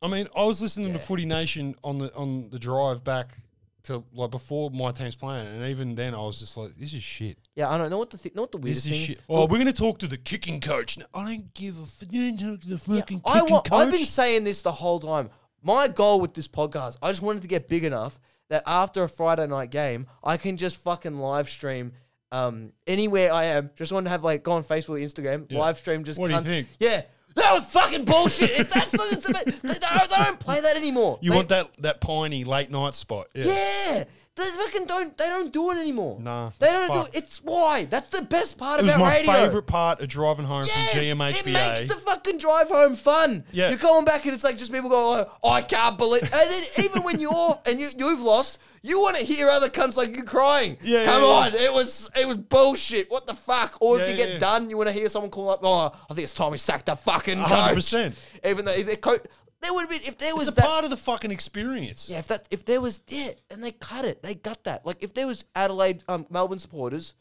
[SPEAKER 9] I mean, I was listening to Footy Nation on the on the drive back to like before my team's playing, and even then I was just like, "This is shit.
[SPEAKER 4] Yeah, I don't know what the thi- know what the weirdest
[SPEAKER 9] This is
[SPEAKER 4] thing.
[SPEAKER 9] shit." Oh, we're gonna talk to the kicking coach. No, I don't give a f- you don't talk to the fucking
[SPEAKER 4] I
[SPEAKER 9] kicking
[SPEAKER 4] want, I've
[SPEAKER 9] coach.
[SPEAKER 4] been saying this the whole time. My goal with this podcast, I just wanted to get big enough that after a Friday night game, I can just fucking live stream um, anywhere I am. Just want to have like go on Facebook, Instagram,
[SPEAKER 9] Yeah.
[SPEAKER 4] live stream. Just
[SPEAKER 9] What do you
[SPEAKER 4] cunts-
[SPEAKER 9] think?
[SPEAKER 4] Yeah, that was fucking bullshit. If that's the, that's the, bit- they, don't, they don't play that anymore.
[SPEAKER 9] you
[SPEAKER 4] They-
[SPEAKER 9] want that that piney late night spot? Yeah.
[SPEAKER 4] Yeah, they fucking don't. They don't do it anymore.
[SPEAKER 9] Nah,
[SPEAKER 4] they
[SPEAKER 9] it's
[SPEAKER 4] don't
[SPEAKER 9] fucked.
[SPEAKER 4] do. It's why. That's the best part
[SPEAKER 9] It was
[SPEAKER 4] about
[SPEAKER 9] my
[SPEAKER 4] radio.
[SPEAKER 9] favorite part of driving home
[SPEAKER 4] Yes,
[SPEAKER 9] from GMHBA.
[SPEAKER 4] It makes the fucking drive home fun.
[SPEAKER 9] Yeah.
[SPEAKER 4] You're going back and it's like just people go, oh, I can't believe. And then even when
[SPEAKER 9] <laughs>
[SPEAKER 4] you're and you, you've lost, you want to hear other cunts like you crying.
[SPEAKER 9] Yeah,
[SPEAKER 4] Come
[SPEAKER 9] yeah,
[SPEAKER 4] on,
[SPEAKER 9] yeah.
[SPEAKER 4] it was it was bullshit. What the fuck? Or
[SPEAKER 9] Yeah,
[SPEAKER 4] if you
[SPEAKER 9] yeah,
[SPEAKER 4] get
[SPEAKER 9] yeah.
[SPEAKER 4] done, you want to hear someone call up, oh, I think it's time we sacked the fucking coach.
[SPEAKER 9] 100%.
[SPEAKER 4] Even though if the coach, there would have been if there was
[SPEAKER 9] it's a
[SPEAKER 4] that,
[SPEAKER 9] part of the fucking experience.
[SPEAKER 4] yeah, if that if there was yeah, and they cut it, they got that. Like if there was Adelaide, um, Melbourne supporters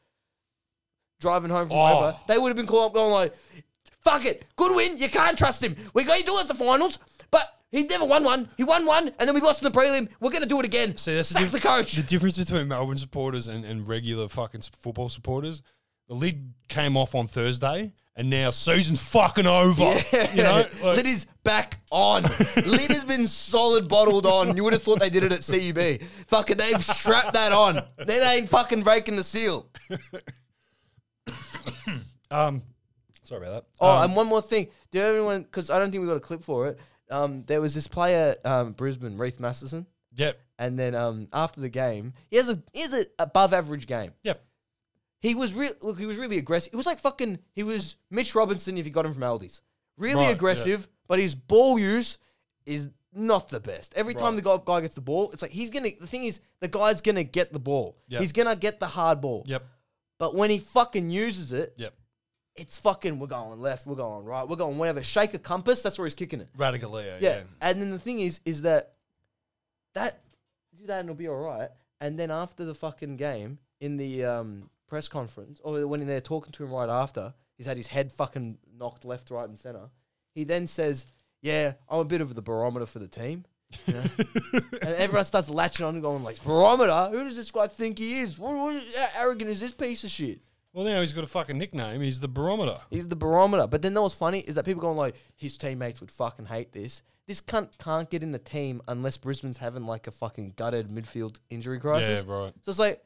[SPEAKER 4] driving home from
[SPEAKER 9] Oh.
[SPEAKER 4] over, they would have been calling up, going like, "Fuck it, good win. You can't trust him. We're going to do it at the finals, but he never won one. He won one, and then we lost in the prelim. We're going to do it again.
[SPEAKER 9] See, that's
[SPEAKER 4] Sack
[SPEAKER 9] diff-
[SPEAKER 4] the coach. <laughs>
[SPEAKER 9] The difference between Melbourne supporters and, and regular fucking s- football supporters. The lid came off on Thursday, and now season's fucking over.
[SPEAKER 4] <laughs>
[SPEAKER 9] You know, like-
[SPEAKER 4] Lid is back
[SPEAKER 9] <laughs>
[SPEAKER 4] on. Lid has been solid bottled on. You would have thought they did it at CUB. Fucking, they've strapped that on. They ain't fucking breaking the seal.
[SPEAKER 9] um, sorry about that.
[SPEAKER 4] Oh,
[SPEAKER 9] Um,
[SPEAKER 4] and one more thing. Do everyone? Because I don't think we got a clip for it. Um, there was this player, um, Brisbane, Reith Masterson,
[SPEAKER 9] yep,
[SPEAKER 4] and then um, after the game, he has a he has an above average game.
[SPEAKER 9] yep.
[SPEAKER 4] He was real. Look, he was really aggressive. It was like fucking. He was Mitch Robinson if you got him from Aldi's. Really
[SPEAKER 9] Right, yeah.
[SPEAKER 4] aggressive, but his ball use is not the best. Every time
[SPEAKER 9] Right.
[SPEAKER 4] the guy, guy gets the ball, it's like he's gonna. The thing is, the guy's gonna get the ball.
[SPEAKER 9] Yeah.
[SPEAKER 4] He's gonna get the hard ball.
[SPEAKER 9] Yep,
[SPEAKER 4] But when he fucking uses it,
[SPEAKER 9] yep.
[SPEAKER 4] it's fucking we're going left, we're going right, we're going whatever. Shake a compass, that's where he's kicking it.
[SPEAKER 9] Radigaleo.
[SPEAKER 4] Yeah.
[SPEAKER 9] Yeah.
[SPEAKER 4] And then the thing is, is that that do that and it'll be all right. And then after the fucking game in the um, press conference, or when they're talking to him right after, he's had his head fucking knocked left, right, and center. He then says, "Yeah, I'm a bit of the barometer for the team." you know? and everyone starts latching on and going like, "Barometer? Who does this guy think he is? What, what, how arrogant is this piece of shit?"
[SPEAKER 9] <laughs> Well, now he's got a fucking nickname. He's the barometer.
[SPEAKER 4] He's the barometer. But then what's funny is that people going like, his teammates would fucking hate this. This cunt can't get in the team unless Brisbane's having like a fucking gutted midfield injury crisis.
[SPEAKER 9] Yeah, right.
[SPEAKER 4] So it's like,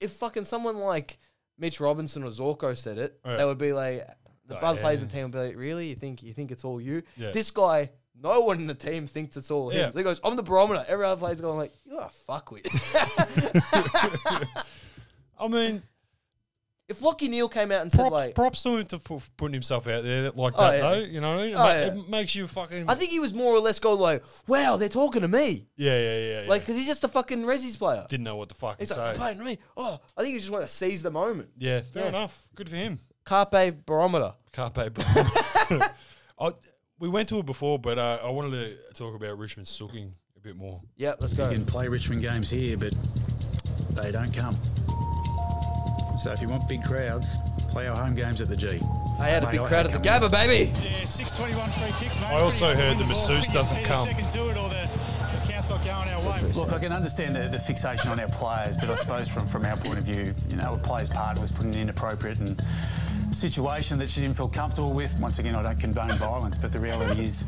[SPEAKER 4] if fucking someone like Mitch Robinson or Zorko said it,
[SPEAKER 9] Yeah.
[SPEAKER 4] they would be like, the
[SPEAKER 9] Oh,
[SPEAKER 4] other players
[SPEAKER 9] yeah.
[SPEAKER 4] in the team would be like, really? You think you think it's all you?
[SPEAKER 9] Yeah.
[SPEAKER 4] This guy, no one in the team thinks it's all him.
[SPEAKER 9] Yeah.
[SPEAKER 4] So he goes, I'm the barometer. Every other player's going like, you are a fuckwit. <laughs>
[SPEAKER 9] I mean,
[SPEAKER 4] if Lockie Neal came out and said
[SPEAKER 9] Props,
[SPEAKER 4] like,
[SPEAKER 9] props to him to pu- for putting himself out there like
[SPEAKER 4] Oh,
[SPEAKER 9] that,
[SPEAKER 4] yeah.
[SPEAKER 9] though. You know what I mean? It,
[SPEAKER 4] Oh,
[SPEAKER 9] ma-
[SPEAKER 4] yeah.
[SPEAKER 9] it makes you fucking.
[SPEAKER 4] I think he was more or less going like, wow, they're talking to me.
[SPEAKER 9] yeah, yeah, yeah. yeah.
[SPEAKER 4] Like, because he's just a fucking Resi's player.
[SPEAKER 9] didn't know what the fuck
[SPEAKER 4] He's
[SPEAKER 9] to
[SPEAKER 4] like, "They're
[SPEAKER 9] say.
[SPEAKER 4] playing to me. Oh, I think he just wanted to seize the moment.
[SPEAKER 9] Yeah, fair
[SPEAKER 4] Yeah.
[SPEAKER 9] enough. Good for him.
[SPEAKER 4] Carpe barometer.
[SPEAKER 9] Carpe
[SPEAKER 4] <laughs>
[SPEAKER 9] Bro. I, we went to it before, but uh, I wanted to talk about Richmond sooking a bit more.
[SPEAKER 4] Yep, let's go.
[SPEAKER 10] You can play Richmond games here, but they don't come. So if you want big crowds, play our home games at the G.
[SPEAKER 4] I had a
[SPEAKER 10] Mate,
[SPEAKER 4] big
[SPEAKER 10] I
[SPEAKER 4] crowd at
[SPEAKER 10] hate
[SPEAKER 4] the
[SPEAKER 10] coming.
[SPEAKER 4] Gabba, baby.
[SPEAKER 8] Yeah, 621 free kicks, mate.
[SPEAKER 10] I also heard the masseuse doesn't come.
[SPEAKER 8] Second to it, or the, the count's not going our way.
[SPEAKER 5] Look, I can understand the, the fixation on our players, but I suppose from, from our point of view, you know, a player's partner was put in an inappropriate and situation that she didn't feel comfortable with. Once again, I don't condone violence, but the reality is,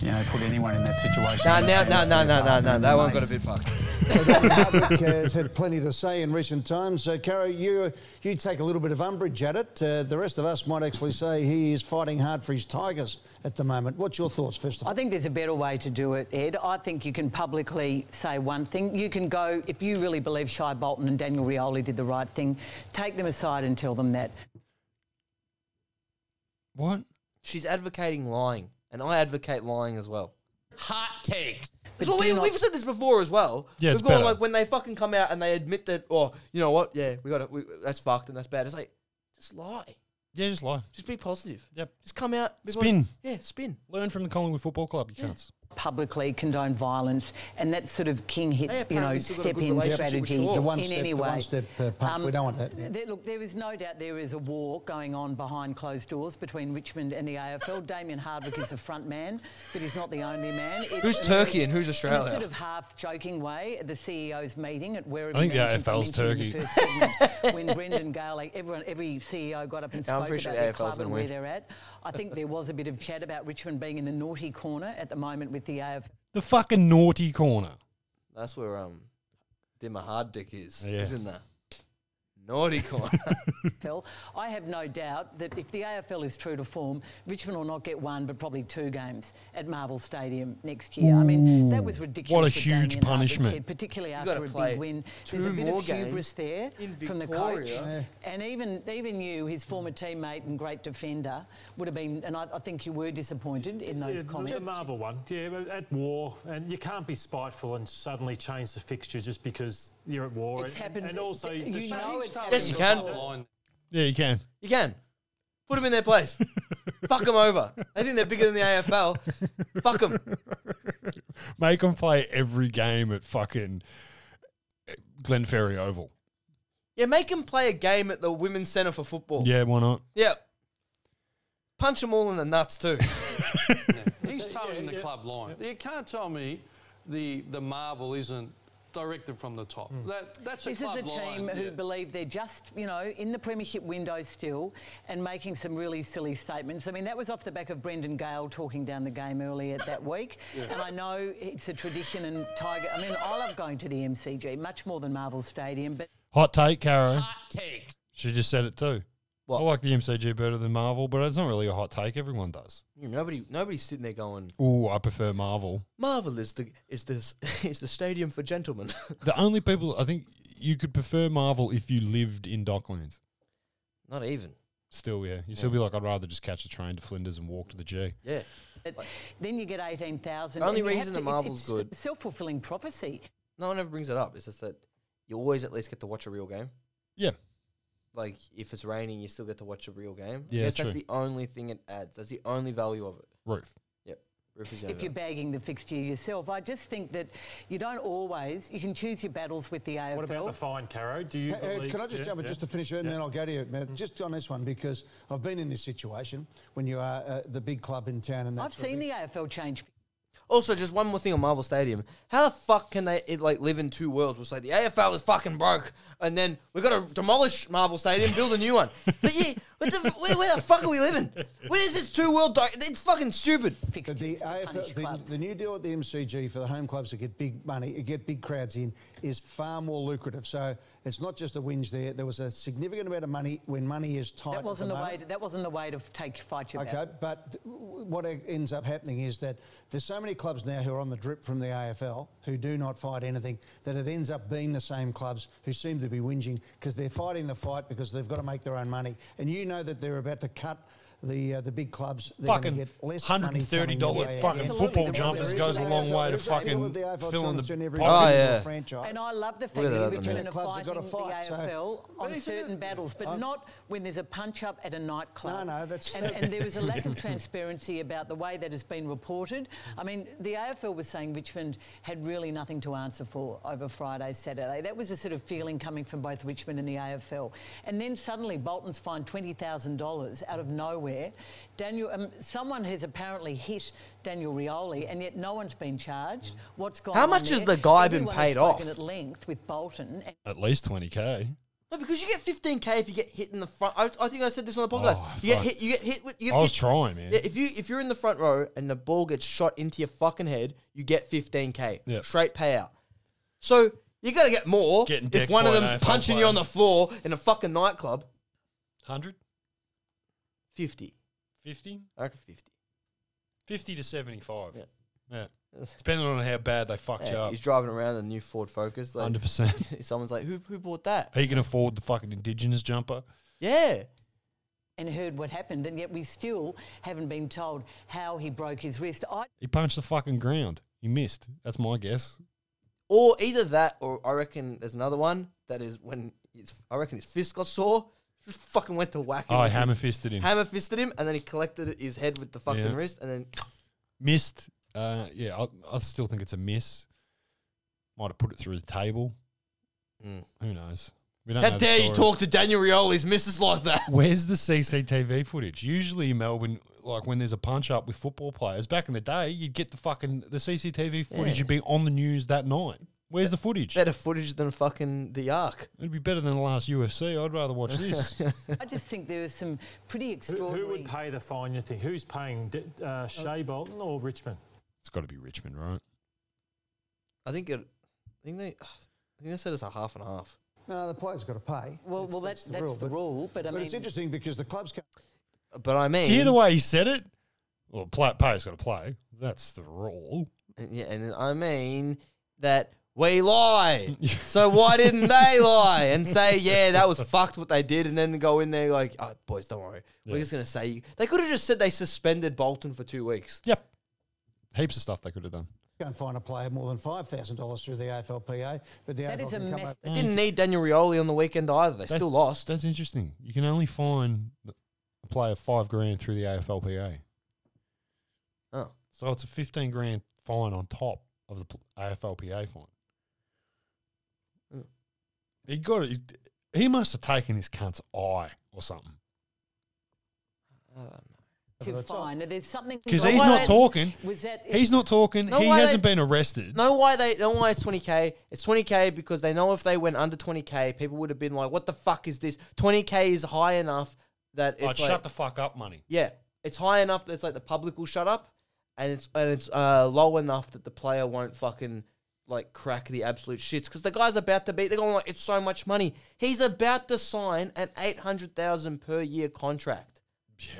[SPEAKER 5] you know, put anyone in that situation.
[SPEAKER 4] Nah,
[SPEAKER 5] they're
[SPEAKER 4] nah,
[SPEAKER 5] standing
[SPEAKER 4] nah,
[SPEAKER 5] up
[SPEAKER 4] nah,
[SPEAKER 5] for their partner
[SPEAKER 4] nah, nah, nah.
[SPEAKER 5] and
[SPEAKER 4] That
[SPEAKER 5] their
[SPEAKER 4] one
[SPEAKER 5] mates.
[SPEAKER 4] got a bit fucked.
[SPEAKER 3] public uh, has had plenty to say in recent times. So, Caro, you you take a little bit of umbrage at it. Uh, the rest of us might actually say he is fighting hard for his Tigers at the moment. What's your thoughts, first of all?
[SPEAKER 14] I think there's a better way to do it, Ed. I think you can publicly say one thing. You can go, if you really believe Shai Bolton and Daniel Rioli did the right thing, take them aside and tell them that.
[SPEAKER 9] What?
[SPEAKER 4] She's advocating lying, and I advocate lying as well.
[SPEAKER 13] Hot takes.
[SPEAKER 4] Because we, we've said this before as well.
[SPEAKER 9] Yeah,
[SPEAKER 4] we've
[SPEAKER 9] it's
[SPEAKER 4] gone
[SPEAKER 9] better.
[SPEAKER 4] like when they fucking come out and they admit that, oh, you know what? Yeah, we got it. We, that's fucked and that's bad. It's like, just lie.
[SPEAKER 9] Yeah, just lie.
[SPEAKER 4] Just be positive.
[SPEAKER 9] Yep.
[SPEAKER 4] Just come out. be like-
[SPEAKER 9] Spin.
[SPEAKER 4] yeah, spin.
[SPEAKER 9] Learn from the Collingwood Football Club, you cunts.
[SPEAKER 14] Publicly condone violence and that sort of king hit,
[SPEAKER 3] They
[SPEAKER 14] you know,
[SPEAKER 3] apparently still got a
[SPEAKER 14] step
[SPEAKER 3] good
[SPEAKER 14] in
[SPEAKER 3] relationship with
[SPEAKER 14] strategy
[SPEAKER 3] Shaw. The one
[SPEAKER 14] in
[SPEAKER 3] step-
[SPEAKER 14] any
[SPEAKER 3] the
[SPEAKER 14] way.
[SPEAKER 3] one step, uh, punch, we don't want that.
[SPEAKER 14] There, look, there is no doubt there is a war going on behind closed doors between Richmond and the AFL. Damien Hardwick is the front man, but he's not the only man. It's
[SPEAKER 4] Who's
[SPEAKER 14] an-
[SPEAKER 4] Turkey and who's
[SPEAKER 14] in a
[SPEAKER 4] Australia?
[SPEAKER 14] sort of half-joking way at the CEO's meeting at where
[SPEAKER 9] I think the
[SPEAKER 14] Management
[SPEAKER 9] AFL's
[SPEAKER 14] mentioned in the
[SPEAKER 9] Turkey.
[SPEAKER 14] first segment <laughs> when Brendan Gailey, everyone, every CEO got up and
[SPEAKER 4] <laughs> Yeah, I'm
[SPEAKER 14] spoke
[SPEAKER 4] pretty
[SPEAKER 14] about
[SPEAKER 4] sure
[SPEAKER 14] their
[SPEAKER 4] the AFL's
[SPEAKER 14] club
[SPEAKER 4] gonna
[SPEAKER 14] and where
[SPEAKER 4] win.
[SPEAKER 14] they're at. I think there was a bit of chat about Richmond being in the naughty corner at the moment with the AFL.
[SPEAKER 9] <laughs> The fucking naughty corner.
[SPEAKER 4] That's where um, Dimmer Harddick is.
[SPEAKER 9] Yeah.
[SPEAKER 4] He's in the naughty corner.
[SPEAKER 14] AFL. I have no doubt that if the AFL is true to form, Richmond will not get one, but probably two games at Marvel Stadium next year. I mean, that
[SPEAKER 9] Ooh.
[SPEAKER 14] was
[SPEAKER 9] What a
[SPEAKER 14] ridiculous. what
[SPEAKER 9] huge
[SPEAKER 14] Damien Hardwick
[SPEAKER 9] punishment.
[SPEAKER 14] said, particularly
[SPEAKER 4] You gotta
[SPEAKER 14] after a
[SPEAKER 4] play
[SPEAKER 14] big win.
[SPEAKER 4] two
[SPEAKER 14] There's a bit
[SPEAKER 4] more
[SPEAKER 14] of hubris
[SPEAKER 4] games
[SPEAKER 14] there
[SPEAKER 4] in
[SPEAKER 14] from the coach,
[SPEAKER 4] Victoria.
[SPEAKER 14] and even even you, his former teammate and great defender, would have been. And I, I think you were disappointed in those
[SPEAKER 15] The
[SPEAKER 14] comments.
[SPEAKER 15] Marvel one, yeah, but at war, and you can't be spiteful and suddenly change the fixture just because you're at war.
[SPEAKER 14] It's
[SPEAKER 15] and,
[SPEAKER 14] happened-
[SPEAKER 15] and also
[SPEAKER 14] you
[SPEAKER 15] the
[SPEAKER 14] know
[SPEAKER 15] change
[SPEAKER 14] it's
[SPEAKER 15] time-
[SPEAKER 4] yes, you can.
[SPEAKER 9] Yeah, you can.
[SPEAKER 4] You can. Put them in their place. <laughs> Fuck them over. They think they're bigger than the AFL. Fuck them.
[SPEAKER 9] <laughs> Make them play every game at fucking Glenferrie Oval.
[SPEAKER 4] Yeah, make them play a game at the Women's Centre for Football.
[SPEAKER 9] Yeah, why not?
[SPEAKER 4] Yeah. Punch them all in the nuts, too. <laughs>
[SPEAKER 16] He's towing the club line. You can't tell me the the Marvel isn't directed from the top.
[SPEAKER 15] Hmm.
[SPEAKER 16] That that's a
[SPEAKER 14] this is
[SPEAKER 16] club
[SPEAKER 14] a team
[SPEAKER 16] line,
[SPEAKER 14] who
[SPEAKER 16] yeah.
[SPEAKER 14] believe they're just, you know, in the premiership window still and making some really silly statements. I mean, that was off the back of Brendan Gale talking down the game earlier
[SPEAKER 16] <laughs>
[SPEAKER 14] that week. And I know it's a tradition and Tiger. I mean, I love going to the MCG much more than Marvel Stadium, but
[SPEAKER 9] Hot take, Caro.
[SPEAKER 14] Hot takes.
[SPEAKER 9] She just said it too. I like the MCG better than Marvel, but it's not really a hot take. Everyone does.
[SPEAKER 4] Nobody, nobody's sitting there going,
[SPEAKER 9] Ooh, I prefer Marvel.
[SPEAKER 4] Marvel is the, <laughs> is this, is the stadium for gentlemen. <laughs>
[SPEAKER 9] The only people I think you could prefer Marvel if you lived in Docklands.
[SPEAKER 4] Not even.
[SPEAKER 9] Still, yeah, you still be like, I'd rather just catch a train to Flinders and walk to the G.
[SPEAKER 4] Yeah.
[SPEAKER 14] but then you get 18,000.
[SPEAKER 4] Only
[SPEAKER 14] and you have to-
[SPEAKER 4] reason that
[SPEAKER 14] it-
[SPEAKER 4] Marvel's
[SPEAKER 14] it's
[SPEAKER 4] good-
[SPEAKER 14] Self fulfilling prophecy.
[SPEAKER 4] No one ever brings it up. It's just that you always at least get to watch a real game.
[SPEAKER 9] Yeah.
[SPEAKER 4] Like, if it's raining, you still get to watch a real game.
[SPEAKER 9] Yeah,
[SPEAKER 4] I guess
[SPEAKER 9] true.
[SPEAKER 4] that's the only thing it adds. That's the only value of it.
[SPEAKER 9] Roof.
[SPEAKER 4] Yep.
[SPEAKER 14] if you're bagging the fixture yourself. I just think that you don't always, you can choose your battles with the AFL.
[SPEAKER 15] What about the fine, Caro? Do you?
[SPEAKER 3] Uh, uh,
[SPEAKER 15] believe-
[SPEAKER 3] can I just
[SPEAKER 15] Yeah,
[SPEAKER 3] jump in
[SPEAKER 15] yeah.
[SPEAKER 3] just to finish it, and then I'll go to you.
[SPEAKER 14] Mm.
[SPEAKER 3] Matt. Just on this one, because I've been in this situation when you are uh, the big club in town, and that
[SPEAKER 14] I've
[SPEAKER 3] sort of
[SPEAKER 14] seen
[SPEAKER 3] thing.
[SPEAKER 14] the AFL change.
[SPEAKER 4] Also, just one more thing on Marvel Stadium. How the fuck can they it, like live in two worlds? We'll say the AFL is fucking broke, and then we got to demolish Marvel Stadium, build a new
[SPEAKER 14] <laughs>
[SPEAKER 4] one. But yeah, what the, where, where the fuck are we living? Where is this two world? Di- it's fucking stupid.
[SPEAKER 3] The, the, AFL, the, the new deal at the MCG for the home clubs that get big money, get big crowds in, is far more lucrative. So it's not just a whinge there. There was a significant amount of money when money is tight.
[SPEAKER 14] That wasn't
[SPEAKER 3] at
[SPEAKER 14] the,
[SPEAKER 3] the
[SPEAKER 14] way.
[SPEAKER 3] moment.
[SPEAKER 14] To, that wasn't the way to take fight your
[SPEAKER 3] Okay,
[SPEAKER 14] battle.
[SPEAKER 3] but th- w- what e- ends up happening is that there's so many clubs now who are on the drip from the AFL who do not fight anything that it ends up being the same clubs who seem to be whinging because they're fighting the fight because they've got to make their own money. And you know that they're about to cut the uh, the big clubs. They're gonna
[SPEAKER 9] Fucking
[SPEAKER 3] get less
[SPEAKER 9] $130 fucking football Absolutely. jumpers
[SPEAKER 3] jumpers
[SPEAKER 9] goes a long way to fucking filling the
[SPEAKER 4] pockets. Oh, yeah.
[SPEAKER 3] franchise.
[SPEAKER 14] And I love the fact
[SPEAKER 4] Look at
[SPEAKER 14] that,
[SPEAKER 4] that,
[SPEAKER 14] the
[SPEAKER 4] man.
[SPEAKER 14] women are
[SPEAKER 3] Clubs have
[SPEAKER 14] fighting
[SPEAKER 3] gotta fight, so-
[SPEAKER 14] the AFL on certain battles, but not when there's a punch up at a nightclub. No, no, that's and, and there was a lack of transparency about the way that has been reported. I mean, the AFL was saying Richmond had really nothing to answer for over Friday, Saturday. That was a sort of feeling coming from both Richmond and the AFL. And then suddenly Bolton's fined twenty thousand dollars out of nowhere. Daniel, um, someone has apparently hit Daniel Rioli, and yet no one's been charged. What's gone?
[SPEAKER 4] How
[SPEAKER 14] on
[SPEAKER 4] much has
[SPEAKER 14] there?
[SPEAKER 4] the guy been
[SPEAKER 14] Everyone has
[SPEAKER 4] paid off?
[SPEAKER 14] spoken at length with Bolton. And
[SPEAKER 9] At least 20K.
[SPEAKER 4] No, because you get 15k if you get hit in the front. I, I think I said this on the podcast. you get
[SPEAKER 9] Oh, fuck.
[SPEAKER 4] hit. You get hit. With, you get
[SPEAKER 9] I was
[SPEAKER 4] hit-
[SPEAKER 9] trying, man.
[SPEAKER 4] Yeah, if you if you're in the front row and the ball gets shot into your fucking head, you get 15k
[SPEAKER 9] Yeah.
[SPEAKER 4] straight payout. So you gotta get more
[SPEAKER 9] Getting
[SPEAKER 4] if
[SPEAKER 9] decked
[SPEAKER 4] one of
[SPEAKER 9] by an
[SPEAKER 4] them's
[SPEAKER 9] AFL
[SPEAKER 4] punching you
[SPEAKER 9] player.
[SPEAKER 4] on the floor in a fucking nightclub.
[SPEAKER 9] 100?
[SPEAKER 4] 50.
[SPEAKER 9] 50?
[SPEAKER 4] I reckon 50.
[SPEAKER 9] 50 to 75. Yeah.
[SPEAKER 4] <laughs>
[SPEAKER 9] Depending on how bad they fucked you
[SPEAKER 4] Yeah,
[SPEAKER 9] up.
[SPEAKER 4] he's driving around in a new Ford Focus. Like,
[SPEAKER 9] 100%.
[SPEAKER 4] <laughs> Someone's like, who who bought that?
[SPEAKER 9] He can afford the fucking indigenous jumper.
[SPEAKER 4] Yeah.
[SPEAKER 14] and heard what happened, and yet we still haven't been told how he broke his wrist. I
[SPEAKER 9] He punched the fucking ground. He missed. That's my guess.
[SPEAKER 4] Or either that, or I reckon there's another one that is when his, I reckon his fist got sore. Just fucking went to whack him.
[SPEAKER 9] Oh,
[SPEAKER 4] with
[SPEAKER 9] he
[SPEAKER 4] his-
[SPEAKER 9] hammer fisted him.
[SPEAKER 4] Hammer fisted him, and then he collected his head with the fucking
[SPEAKER 9] Yeah.
[SPEAKER 4] wrist, and then
[SPEAKER 9] Missed. Uh, yeah, I, I still think it's a miss. Might have put it through the table. Who knows? We don't
[SPEAKER 4] Mm. how
[SPEAKER 9] know the
[SPEAKER 4] dare you
[SPEAKER 9] story.
[SPEAKER 4] talk to Daniel Rioli's missus like that?
[SPEAKER 9] Where's the CCTV footage? Usually, Melbourne, like when there's a punch up with football players, back in the day, you'd get the fucking the CCTV footage.
[SPEAKER 4] Yeah.
[SPEAKER 9] You'd be on the news that night. Where's the
[SPEAKER 4] <laughs>
[SPEAKER 9] footage?
[SPEAKER 4] Better footage than fucking the Ark.
[SPEAKER 9] It'd be better than the last UFC. I'd
[SPEAKER 4] <laughs>
[SPEAKER 9] rather watch this.
[SPEAKER 14] I just think there was some pretty
[SPEAKER 15] Who,
[SPEAKER 14] extraordinary.
[SPEAKER 15] who would pay the fine? You think who's paying? D- uh, Shea Bolton or Richmond?
[SPEAKER 9] it's got to be Richmond, right?
[SPEAKER 4] I think it. I think they. I think they said it's a half and half.
[SPEAKER 3] No, the player's got to pay.
[SPEAKER 14] Well, well, that's that's the rule, but I
[SPEAKER 3] But
[SPEAKER 14] mean,
[SPEAKER 3] it's interesting because the clubs can't.
[SPEAKER 4] But I mean,
[SPEAKER 9] Do you hear the way he said it? Well, play, player's got to play. That's the rule.
[SPEAKER 4] And yeah, and I mean that we
[SPEAKER 9] <laughs>
[SPEAKER 4] lie. so why didn't they lie and say, yeah, that was fucked what they did, and then go in there like, oh, boys, don't worry, we're
[SPEAKER 9] Yeah.
[SPEAKER 4] just gonna say you. They could have just said they suspended Bolton for two weeks.
[SPEAKER 9] Yep. Heaps of stuff they could have done.
[SPEAKER 3] Can't find a player more than five thousand dollars through the AFLPA, but the
[SPEAKER 14] That
[SPEAKER 3] AFL
[SPEAKER 14] is a
[SPEAKER 3] can come
[SPEAKER 14] mess.
[SPEAKER 3] up.
[SPEAKER 4] They didn't need Daniel Rioli on the weekend either. They still
[SPEAKER 9] Mm. That's-
[SPEAKER 4] lost.
[SPEAKER 9] That's interesting. You can only fine a player five grand through the AFLPA.
[SPEAKER 4] Oh.
[SPEAKER 9] So it's a 15 grand fine on top of the pl- AFLPA fine.
[SPEAKER 4] Mm.
[SPEAKER 9] He got it. He must have taken his cunt's eye or something.
[SPEAKER 4] I don't know.
[SPEAKER 14] to fine. There's something
[SPEAKER 9] Because
[SPEAKER 14] Well,
[SPEAKER 9] he's
[SPEAKER 14] why
[SPEAKER 9] not
[SPEAKER 14] they-
[SPEAKER 9] talking.
[SPEAKER 14] Was that
[SPEAKER 9] He's not talking.
[SPEAKER 4] No,
[SPEAKER 9] he
[SPEAKER 4] why
[SPEAKER 9] hasn't
[SPEAKER 4] they-
[SPEAKER 9] been arrested.
[SPEAKER 4] No, why they? No, why it's twenty k? It's twenty k because they know if they went under twenty k, people would have been like, "What the fuck is this?" Twenty k is high enough that it's
[SPEAKER 9] I'd
[SPEAKER 4] like-
[SPEAKER 9] Oh, shut the fuck up, money.
[SPEAKER 4] Yeah, it's high enough that it's like the public will shut up, and it's and it's uh, low enough that the player won't fucking like crack the absolute shits because the guy's about to be. They're going like, it's so much money. He's about to sign an eight hundred thousand per year contract. Yeah.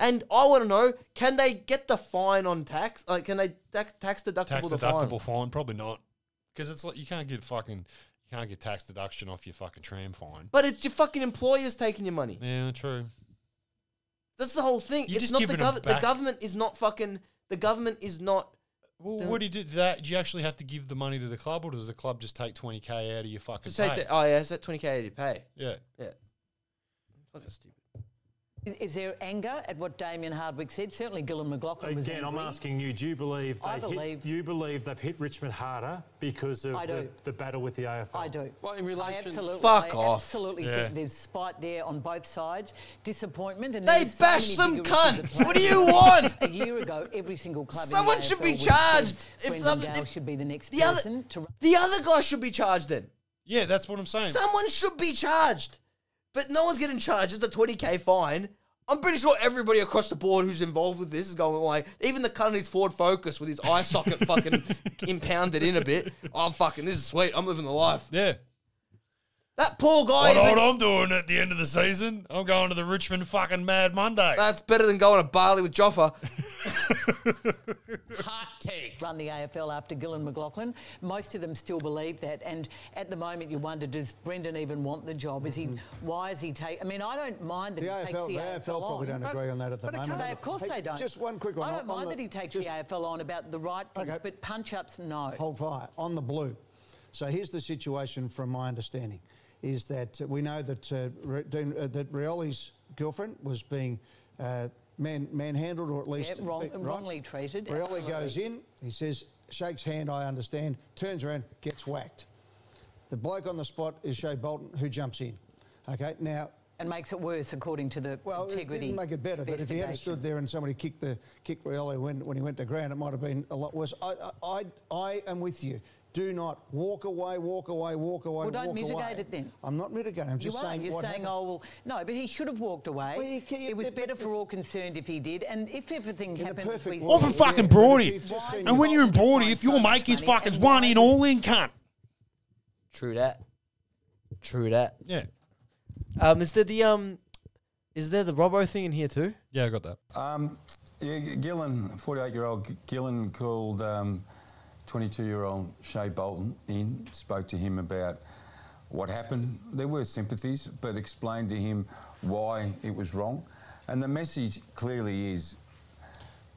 [SPEAKER 4] And I want to know, can they get the fine on tax? Like, can they tax, tax deductible
[SPEAKER 9] Tax
[SPEAKER 4] the
[SPEAKER 9] deductible
[SPEAKER 4] fine?
[SPEAKER 9] fine. probably not. Because it's like you can't get fucking you can't get tax deduction off your fucking tram fine.
[SPEAKER 4] But it's your fucking employers taking your money.
[SPEAKER 9] Yeah, true.
[SPEAKER 4] That's the whole thing.
[SPEAKER 9] You're
[SPEAKER 4] it's
[SPEAKER 9] just
[SPEAKER 4] not the
[SPEAKER 9] giving 'em
[SPEAKER 4] government. The
[SPEAKER 9] back.
[SPEAKER 4] government is not fucking. The government is not.
[SPEAKER 9] Well,
[SPEAKER 4] the-
[SPEAKER 9] what do you do to that? Do you actually have to give the money to the club, or does the club just take twenty k out of your fucking
[SPEAKER 4] Just say, oh,
[SPEAKER 9] pay?
[SPEAKER 4] say, oh yeah, is that twenty k you pay?
[SPEAKER 9] Yeah,
[SPEAKER 4] Yeah. Fucking stupid.
[SPEAKER 14] Is, is there anger at what Damien Hardwick said? Certainly, Gillan McLaughlin was
[SPEAKER 15] Again,
[SPEAKER 14] angry.
[SPEAKER 15] I'm asking you, do you believe they
[SPEAKER 14] I
[SPEAKER 15] hit,
[SPEAKER 14] believe-
[SPEAKER 15] you believe they've hit Richmond harder because of
[SPEAKER 14] I
[SPEAKER 15] the,
[SPEAKER 14] do.
[SPEAKER 15] the battle with the AFL?
[SPEAKER 14] I do.
[SPEAKER 16] Well, in relation-
[SPEAKER 14] I absolutely,
[SPEAKER 16] Fuck
[SPEAKER 14] I
[SPEAKER 16] off.
[SPEAKER 14] Absolutely,
[SPEAKER 16] Yeah.
[SPEAKER 14] think there's spite there on both sides, disappointment, and
[SPEAKER 4] They
[SPEAKER 14] there are so
[SPEAKER 4] bash
[SPEAKER 14] many
[SPEAKER 4] some
[SPEAKER 14] bigger issues at
[SPEAKER 4] cunts.
[SPEAKER 14] play.
[SPEAKER 4] What do you want?
[SPEAKER 14] a year ago, every single club. in the
[SPEAKER 4] Someone should
[SPEAKER 14] AFL
[SPEAKER 4] be
[SPEAKER 14] would have said
[SPEAKER 4] charged if
[SPEAKER 14] Brendan
[SPEAKER 4] something-
[SPEAKER 14] Gale
[SPEAKER 4] if-
[SPEAKER 14] should be the next
[SPEAKER 4] the other-
[SPEAKER 14] person to.
[SPEAKER 4] The other guy should be charged then.
[SPEAKER 9] Yeah, that's what I'm saying.
[SPEAKER 4] Someone should be charged. But no one's getting charged. It's a 20k fine. I'm pretty sure everybody across the board who's involved with this is going like, even the cunt in his Ford Focus with his eye socket fucking impounded in a bit. Oh fucking, this is sweet. I'm living the life.
[SPEAKER 9] Yeah.
[SPEAKER 4] That poor guy. is
[SPEAKER 9] What
[SPEAKER 4] a-
[SPEAKER 9] all I'm doing at the end of the season? I'm going to the Richmond fucking Mad Monday.
[SPEAKER 4] That's better than going to Bali with Joffa.
[SPEAKER 14] Run the AFL after Gillan McLaughlin. Most of them still believe that, and at the moment you wonder, does Brendan even want the job? Is he?
[SPEAKER 4] Mm-hmm.
[SPEAKER 14] Why is he take? I mean, I don't mind that
[SPEAKER 3] The
[SPEAKER 14] he takes
[SPEAKER 3] AFL,
[SPEAKER 14] the,
[SPEAKER 3] the AFL probably
[SPEAKER 14] on,
[SPEAKER 3] don't
[SPEAKER 14] but-
[SPEAKER 3] agree on that at the
[SPEAKER 14] but it
[SPEAKER 3] moment.
[SPEAKER 14] can't- They, of course
[SPEAKER 3] Hey,
[SPEAKER 14] they don't.
[SPEAKER 3] Just one quick one.
[SPEAKER 14] I
[SPEAKER 3] on-
[SPEAKER 14] don't
[SPEAKER 3] on
[SPEAKER 14] mind
[SPEAKER 3] the-
[SPEAKER 14] that he takes
[SPEAKER 3] just
[SPEAKER 14] the AFL on about the right things, but punch ups, no.
[SPEAKER 3] Hold fire on the blue. So here's the situation, from my understanding, is that uh, we know that uh, Re- Dean- uh, that Rioli's girlfriend was being uh, man manhandled, or at
[SPEAKER 14] Yeah,
[SPEAKER 3] least
[SPEAKER 14] wrong,
[SPEAKER 3] uh, right?
[SPEAKER 14] wrongly treated.
[SPEAKER 3] Rioli
[SPEAKER 14] absolutely.
[SPEAKER 3] goes in, he says, shakes hand, I understand, turns around, gets whacked. The bloke on the spot is Shea Bolton, who jumps in. Okay, now
[SPEAKER 14] and makes it worse according to the
[SPEAKER 3] well, it
[SPEAKER 14] integrity.
[SPEAKER 3] didn't make it better. But if he had
[SPEAKER 14] investigation.
[SPEAKER 3] stood there and somebody kicked the kicked Rioli when, when he went to ground, it might have been a lot worse. I, I, I, I am with you. Do not walk away, walk away, walk away,
[SPEAKER 14] Well, don't
[SPEAKER 3] walk
[SPEAKER 14] mitigate
[SPEAKER 3] away.
[SPEAKER 14] it then.
[SPEAKER 3] I'm not mitigating. I'm
[SPEAKER 14] You
[SPEAKER 3] just
[SPEAKER 14] are.
[SPEAKER 3] saying
[SPEAKER 14] You're
[SPEAKER 3] what
[SPEAKER 14] saying,
[SPEAKER 3] happened.
[SPEAKER 14] oh, well, no, but he should have walked away.
[SPEAKER 3] Well, you can't-
[SPEAKER 14] it was better for all concerned if he did. And if everything
[SPEAKER 3] In a
[SPEAKER 14] happened,
[SPEAKER 3] perfect
[SPEAKER 14] we-
[SPEAKER 3] world,
[SPEAKER 9] Or for fucking Brody. And when you're in Brody, if your make is fucking one in all in cunt.
[SPEAKER 4] True that. True that.
[SPEAKER 9] Yeah.
[SPEAKER 4] Um, is there the um, is there the Robbo thing in here too?
[SPEAKER 9] Yeah, I got that.
[SPEAKER 17] Um, yeah, G- Gillan, 48 year old Gillan called 22 year old Shay Bolton in, spoke to him about what happened. There were sympathies, but explained to him why it was wrong. And the message clearly is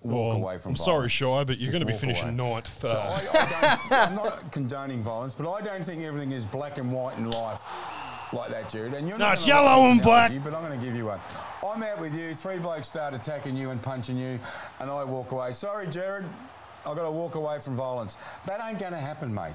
[SPEAKER 17] walk
[SPEAKER 9] Well,
[SPEAKER 17] away from
[SPEAKER 9] Oh, I'm sorry,
[SPEAKER 17] violence.
[SPEAKER 9] Shy, but
[SPEAKER 17] Just
[SPEAKER 9] you're going to be
[SPEAKER 17] walk
[SPEAKER 9] finishing
[SPEAKER 17] away.
[SPEAKER 9] ninth.
[SPEAKER 17] So
[SPEAKER 9] uh,
[SPEAKER 17] I, I don't, I'm not condoning violence, but I don't think everything is black and white in life like that, Jude. And you're
[SPEAKER 9] No,
[SPEAKER 17] not
[SPEAKER 9] it's
[SPEAKER 17] gonna like
[SPEAKER 9] yellow
[SPEAKER 17] this
[SPEAKER 9] and black.
[SPEAKER 17] analogy, But I'm going to give you one. I'm out with you. Three blokes start attacking you and punching you, and I walk away. Sorry, Jared. I've got to walk away from violence. That ain't going to happen, mate.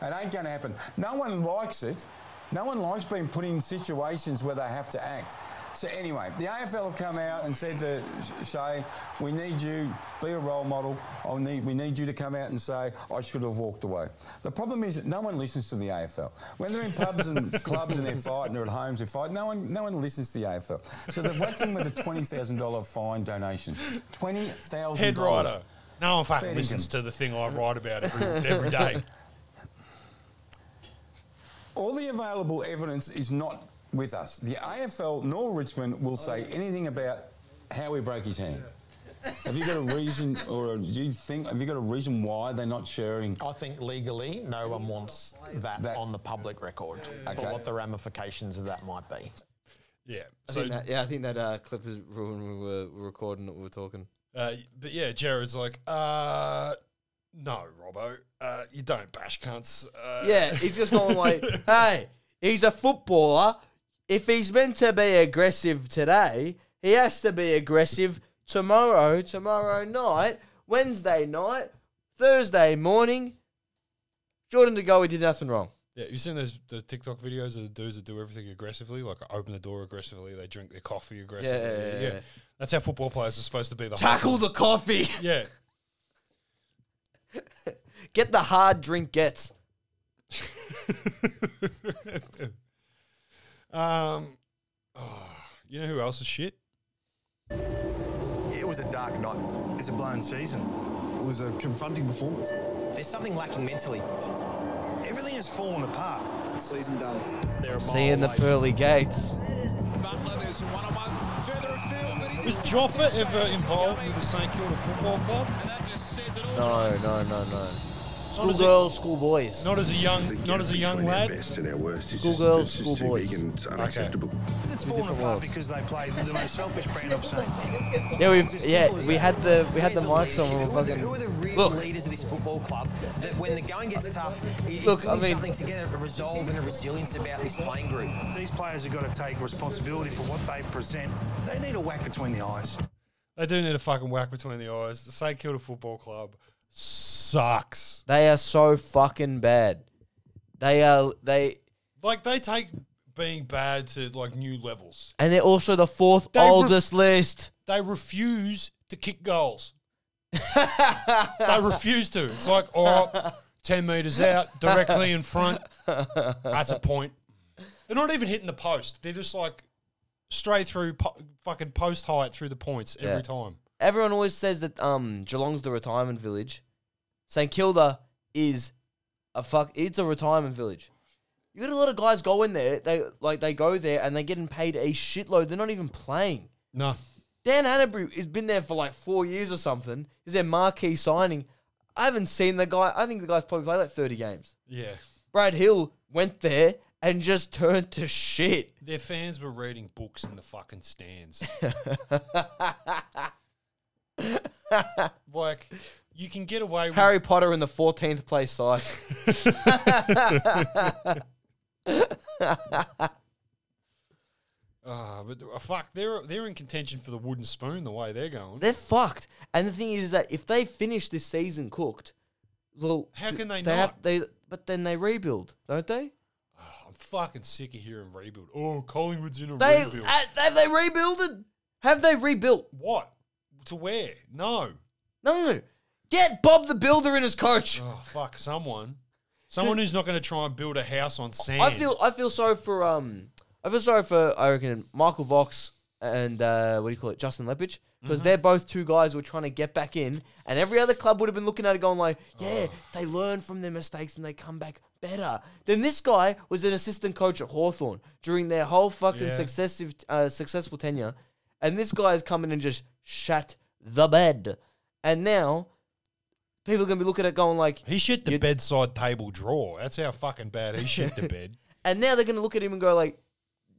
[SPEAKER 17] It ain't going to happen. No one likes it. No one likes being put in situations where they have to act. So anyway, the AFL have come out and said to Sh- Shay, "We need you be a role model. I need, we need you to come out and say I should have walked away." The problem is no one listens to the AFL when they're in pubs
[SPEAKER 4] <laughs>
[SPEAKER 17] and clubs and they're fighting or at homes they're fighting. No one, no one listens to the AFL. So they've whacked him with a twenty thousand dollar fine donation. Twenty thousand
[SPEAKER 9] Head writer. No one fucking
[SPEAKER 17] Fair
[SPEAKER 9] listens to the thing I write about every, every
[SPEAKER 17] <laughs>
[SPEAKER 9] day.
[SPEAKER 17] All the available evidence is not with us. The AFL nor Richmond will say anything about how he broke his hand. Have you got a reason, or do you think? Have you got a reason why they're not sharing?
[SPEAKER 18] I think legally, no one wants that, on the public record for
[SPEAKER 17] Okay.
[SPEAKER 18] what the ramifications of that might be.
[SPEAKER 9] Yeah.
[SPEAKER 4] I
[SPEAKER 9] So,
[SPEAKER 4] think that, yeah, I think that uh, clip is ruined when we were recording it. We were talking.
[SPEAKER 9] uh, but yeah, Jared's like, uh, no, Robbo, uh, you don't bash cunts. Uh,
[SPEAKER 4] Yeah, he's just going like, hey, he's a footballer. If he's meant to be aggressive today, he has to be aggressive tomorrow, tomorrow night, Wednesday night, Thursday morning. Jordan De Goey did nothing wrong.
[SPEAKER 9] Yeah, you seen those, those TikTok videos of the dudes that do everything aggressively? Like open the door aggressively, they drink their coffee aggressively.
[SPEAKER 4] yeah, yeah.
[SPEAKER 9] That's how football players are supposed to be. The
[SPEAKER 4] Tackle
[SPEAKER 9] whole-
[SPEAKER 4] the coffee.
[SPEAKER 9] Yeah.
[SPEAKER 4] <laughs>
[SPEAKER 9] <laughs>
[SPEAKER 4] Get the hard drink gets.
[SPEAKER 9] um, <sighs> you know who else is shit?
[SPEAKER 19] It was a dark night. It's a blown season. It was a confronting performance. There's something lacking mentally. Everything has fallen apart. Season done. They're
[SPEAKER 4] Seeing the pearly gates.
[SPEAKER 19] Butler, there's a one-on-one further afield, but he
[SPEAKER 9] Was Joffa ever involved with the St Kilda Football Club?
[SPEAKER 19] that just says it all.
[SPEAKER 4] No, no, no, no. Schoolgirls, schoolboys.
[SPEAKER 9] Not as a young, not as a young lad.
[SPEAKER 20] Best and our worst is
[SPEAKER 4] Schoolgirls,
[SPEAKER 20] just, it's just too big
[SPEAKER 4] schoolboys.
[SPEAKER 20] and it's unacceptable.
[SPEAKER 19] It's fallen apart because they played the
[SPEAKER 14] <laughs>
[SPEAKER 19] most selfish brand of saying.
[SPEAKER 4] Yeah, we yeah we had the we had the mics on. We were
[SPEAKER 21] Who are the
[SPEAKER 4] fucking
[SPEAKER 21] real leaders of this football club that when the going gets tough, it's
[SPEAKER 4] Look,
[SPEAKER 21] Look,
[SPEAKER 4] I
[SPEAKER 21] doing something
[SPEAKER 4] mean-
[SPEAKER 21] to get a resolve and a resilience about this playing group?
[SPEAKER 19] These players have got to take responsibility for what they present. They need a whack between the eyes.
[SPEAKER 9] They do need a fucking whack between the eyes. The St Kilda Football Club sucks.
[SPEAKER 4] They are so fucking bad. They are they
[SPEAKER 9] Like they take being bad to like new levels.
[SPEAKER 4] and they're also the fourth
[SPEAKER 9] They ref-
[SPEAKER 4] oldest list.
[SPEAKER 9] They refuse to kick goals. they refuse to. It's like, oh, 10 metres out, directly in front. That's a point. They're not even hitting the post. They're just like straight through po- fucking post height through the points every
[SPEAKER 4] Yeah.
[SPEAKER 9] time.
[SPEAKER 4] Everyone always says that um Geelong's the retirement village. St Kilda is a fuck. It's a retirement village. You got a lot of guys go in there. They like they go there and they're getting paid a shitload. They're not even playing.
[SPEAKER 9] No.
[SPEAKER 4] Dan Hannabury has been there for like four years or something. Is their marquee signing? I haven't seen the guy. I think the guy's probably played like thirty games.
[SPEAKER 9] Yeah.
[SPEAKER 4] Brad Hill went there and just turned to shit.
[SPEAKER 9] Their fans were reading books in the fucking stands. like, you can get away with
[SPEAKER 4] Harry Potter in the 14th place side.
[SPEAKER 9] Ah, but uh, fuck, they're they're in contention for the wooden spoon the way they're going.
[SPEAKER 4] They're fucked. And the thing is that if they finish this season cooked, well,
[SPEAKER 9] How
[SPEAKER 4] d-
[SPEAKER 9] can they
[SPEAKER 4] Have, they but then they rebuild, don't they?
[SPEAKER 9] I'm fucking sick of hearing rebuild. Oh, Collingwood's in a
[SPEAKER 4] They
[SPEAKER 9] rebuild.
[SPEAKER 4] uh, have they rebuilded? Have they rebuilt?
[SPEAKER 9] What? To where? No.
[SPEAKER 4] No. Get Bob the Builder in as coach.
[SPEAKER 9] Oh fuck, someone, someone who's not going to try and build a house on sand.
[SPEAKER 4] I feel I feel sorry for um I feel sorry for I reckon Michael Vox and uh, what do you call it Justin Lepage because
[SPEAKER 9] Mhm.
[SPEAKER 4] they're both two guys who are trying to get back in and every other club would have been looking at it going like yeah
[SPEAKER 9] Oh.
[SPEAKER 4] they learn from their mistakes and they come back better. Then this guy was an assistant coach at Hawthorn during their whole fucking
[SPEAKER 9] Yeah.
[SPEAKER 4] successive uh, successful tenure and this guy's come in and just shat the bed and now people are going to be looking at it going like
[SPEAKER 9] he shit the bedside table drawer. That's how fucking bad he shit
[SPEAKER 4] <laughs>
[SPEAKER 9] the bed.
[SPEAKER 4] and now they're going to look at him and go like,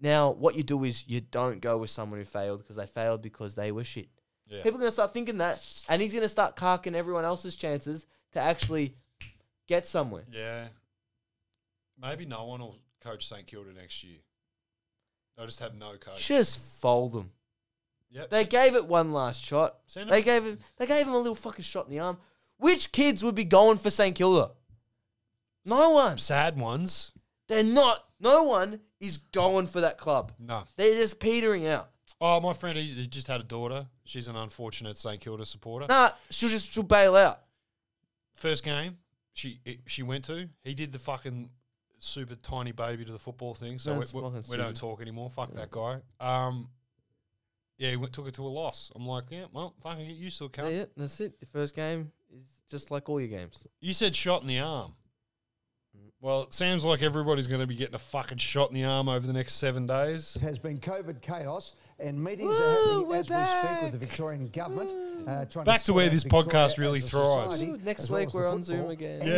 [SPEAKER 4] now what you do is you don't go with someone who failed because they failed because they were shit.
[SPEAKER 9] Yeah.
[SPEAKER 4] People are going to start thinking that, and he's going to start carking everyone else's chances to actually get somewhere.
[SPEAKER 9] Yeah. Maybe no one will coach St Kilda next year. They'll just have no coach.
[SPEAKER 4] Just fold them.
[SPEAKER 9] Yep.
[SPEAKER 4] They gave it one last shot.
[SPEAKER 9] Send 'em-
[SPEAKER 4] They gave him. They gave him a little fucking shot in the arm. Which kids would be going for St Kilda? No one.
[SPEAKER 9] Sad ones.
[SPEAKER 4] They're not. No one is going for that club.
[SPEAKER 9] No.
[SPEAKER 4] They're just petering out.
[SPEAKER 9] Oh, my friend, he he just had a daughter. She's an unfortunate St Kilda supporter.
[SPEAKER 4] Nah, she'll just she'll bail out.
[SPEAKER 9] First game she she went to, he did the fucking super tiny baby to the football thing. So
[SPEAKER 4] That's
[SPEAKER 9] we, we-
[SPEAKER 4] fucking
[SPEAKER 9] we don't
[SPEAKER 4] stupid.
[SPEAKER 9] talk anymore. Fuck that guy. Um, yeah, he went, took it to a loss. I'm like, yeah, well, fucking get used to it, cunt.
[SPEAKER 4] Yeah, that's it. The first game is just like all your games.
[SPEAKER 9] You said shot in the arm. Well, it seems like everybody's going to be getting a fucking shot in the arm over the next
[SPEAKER 4] <laughs>
[SPEAKER 9] seven days.
[SPEAKER 3] It has been COVID chaos, and meetings are happening as we speak with the Victorian government. Uh, trying
[SPEAKER 9] Back to
[SPEAKER 3] sort
[SPEAKER 9] where
[SPEAKER 3] out
[SPEAKER 9] this
[SPEAKER 3] Victoria
[SPEAKER 9] podcast
[SPEAKER 3] as a
[SPEAKER 9] really thrives.
[SPEAKER 3] society,
[SPEAKER 4] Ooh, next
[SPEAKER 3] as well
[SPEAKER 4] week
[SPEAKER 3] as the
[SPEAKER 4] we're on
[SPEAKER 3] football
[SPEAKER 4] Zoom again.
[SPEAKER 3] And
[SPEAKER 4] Yeah.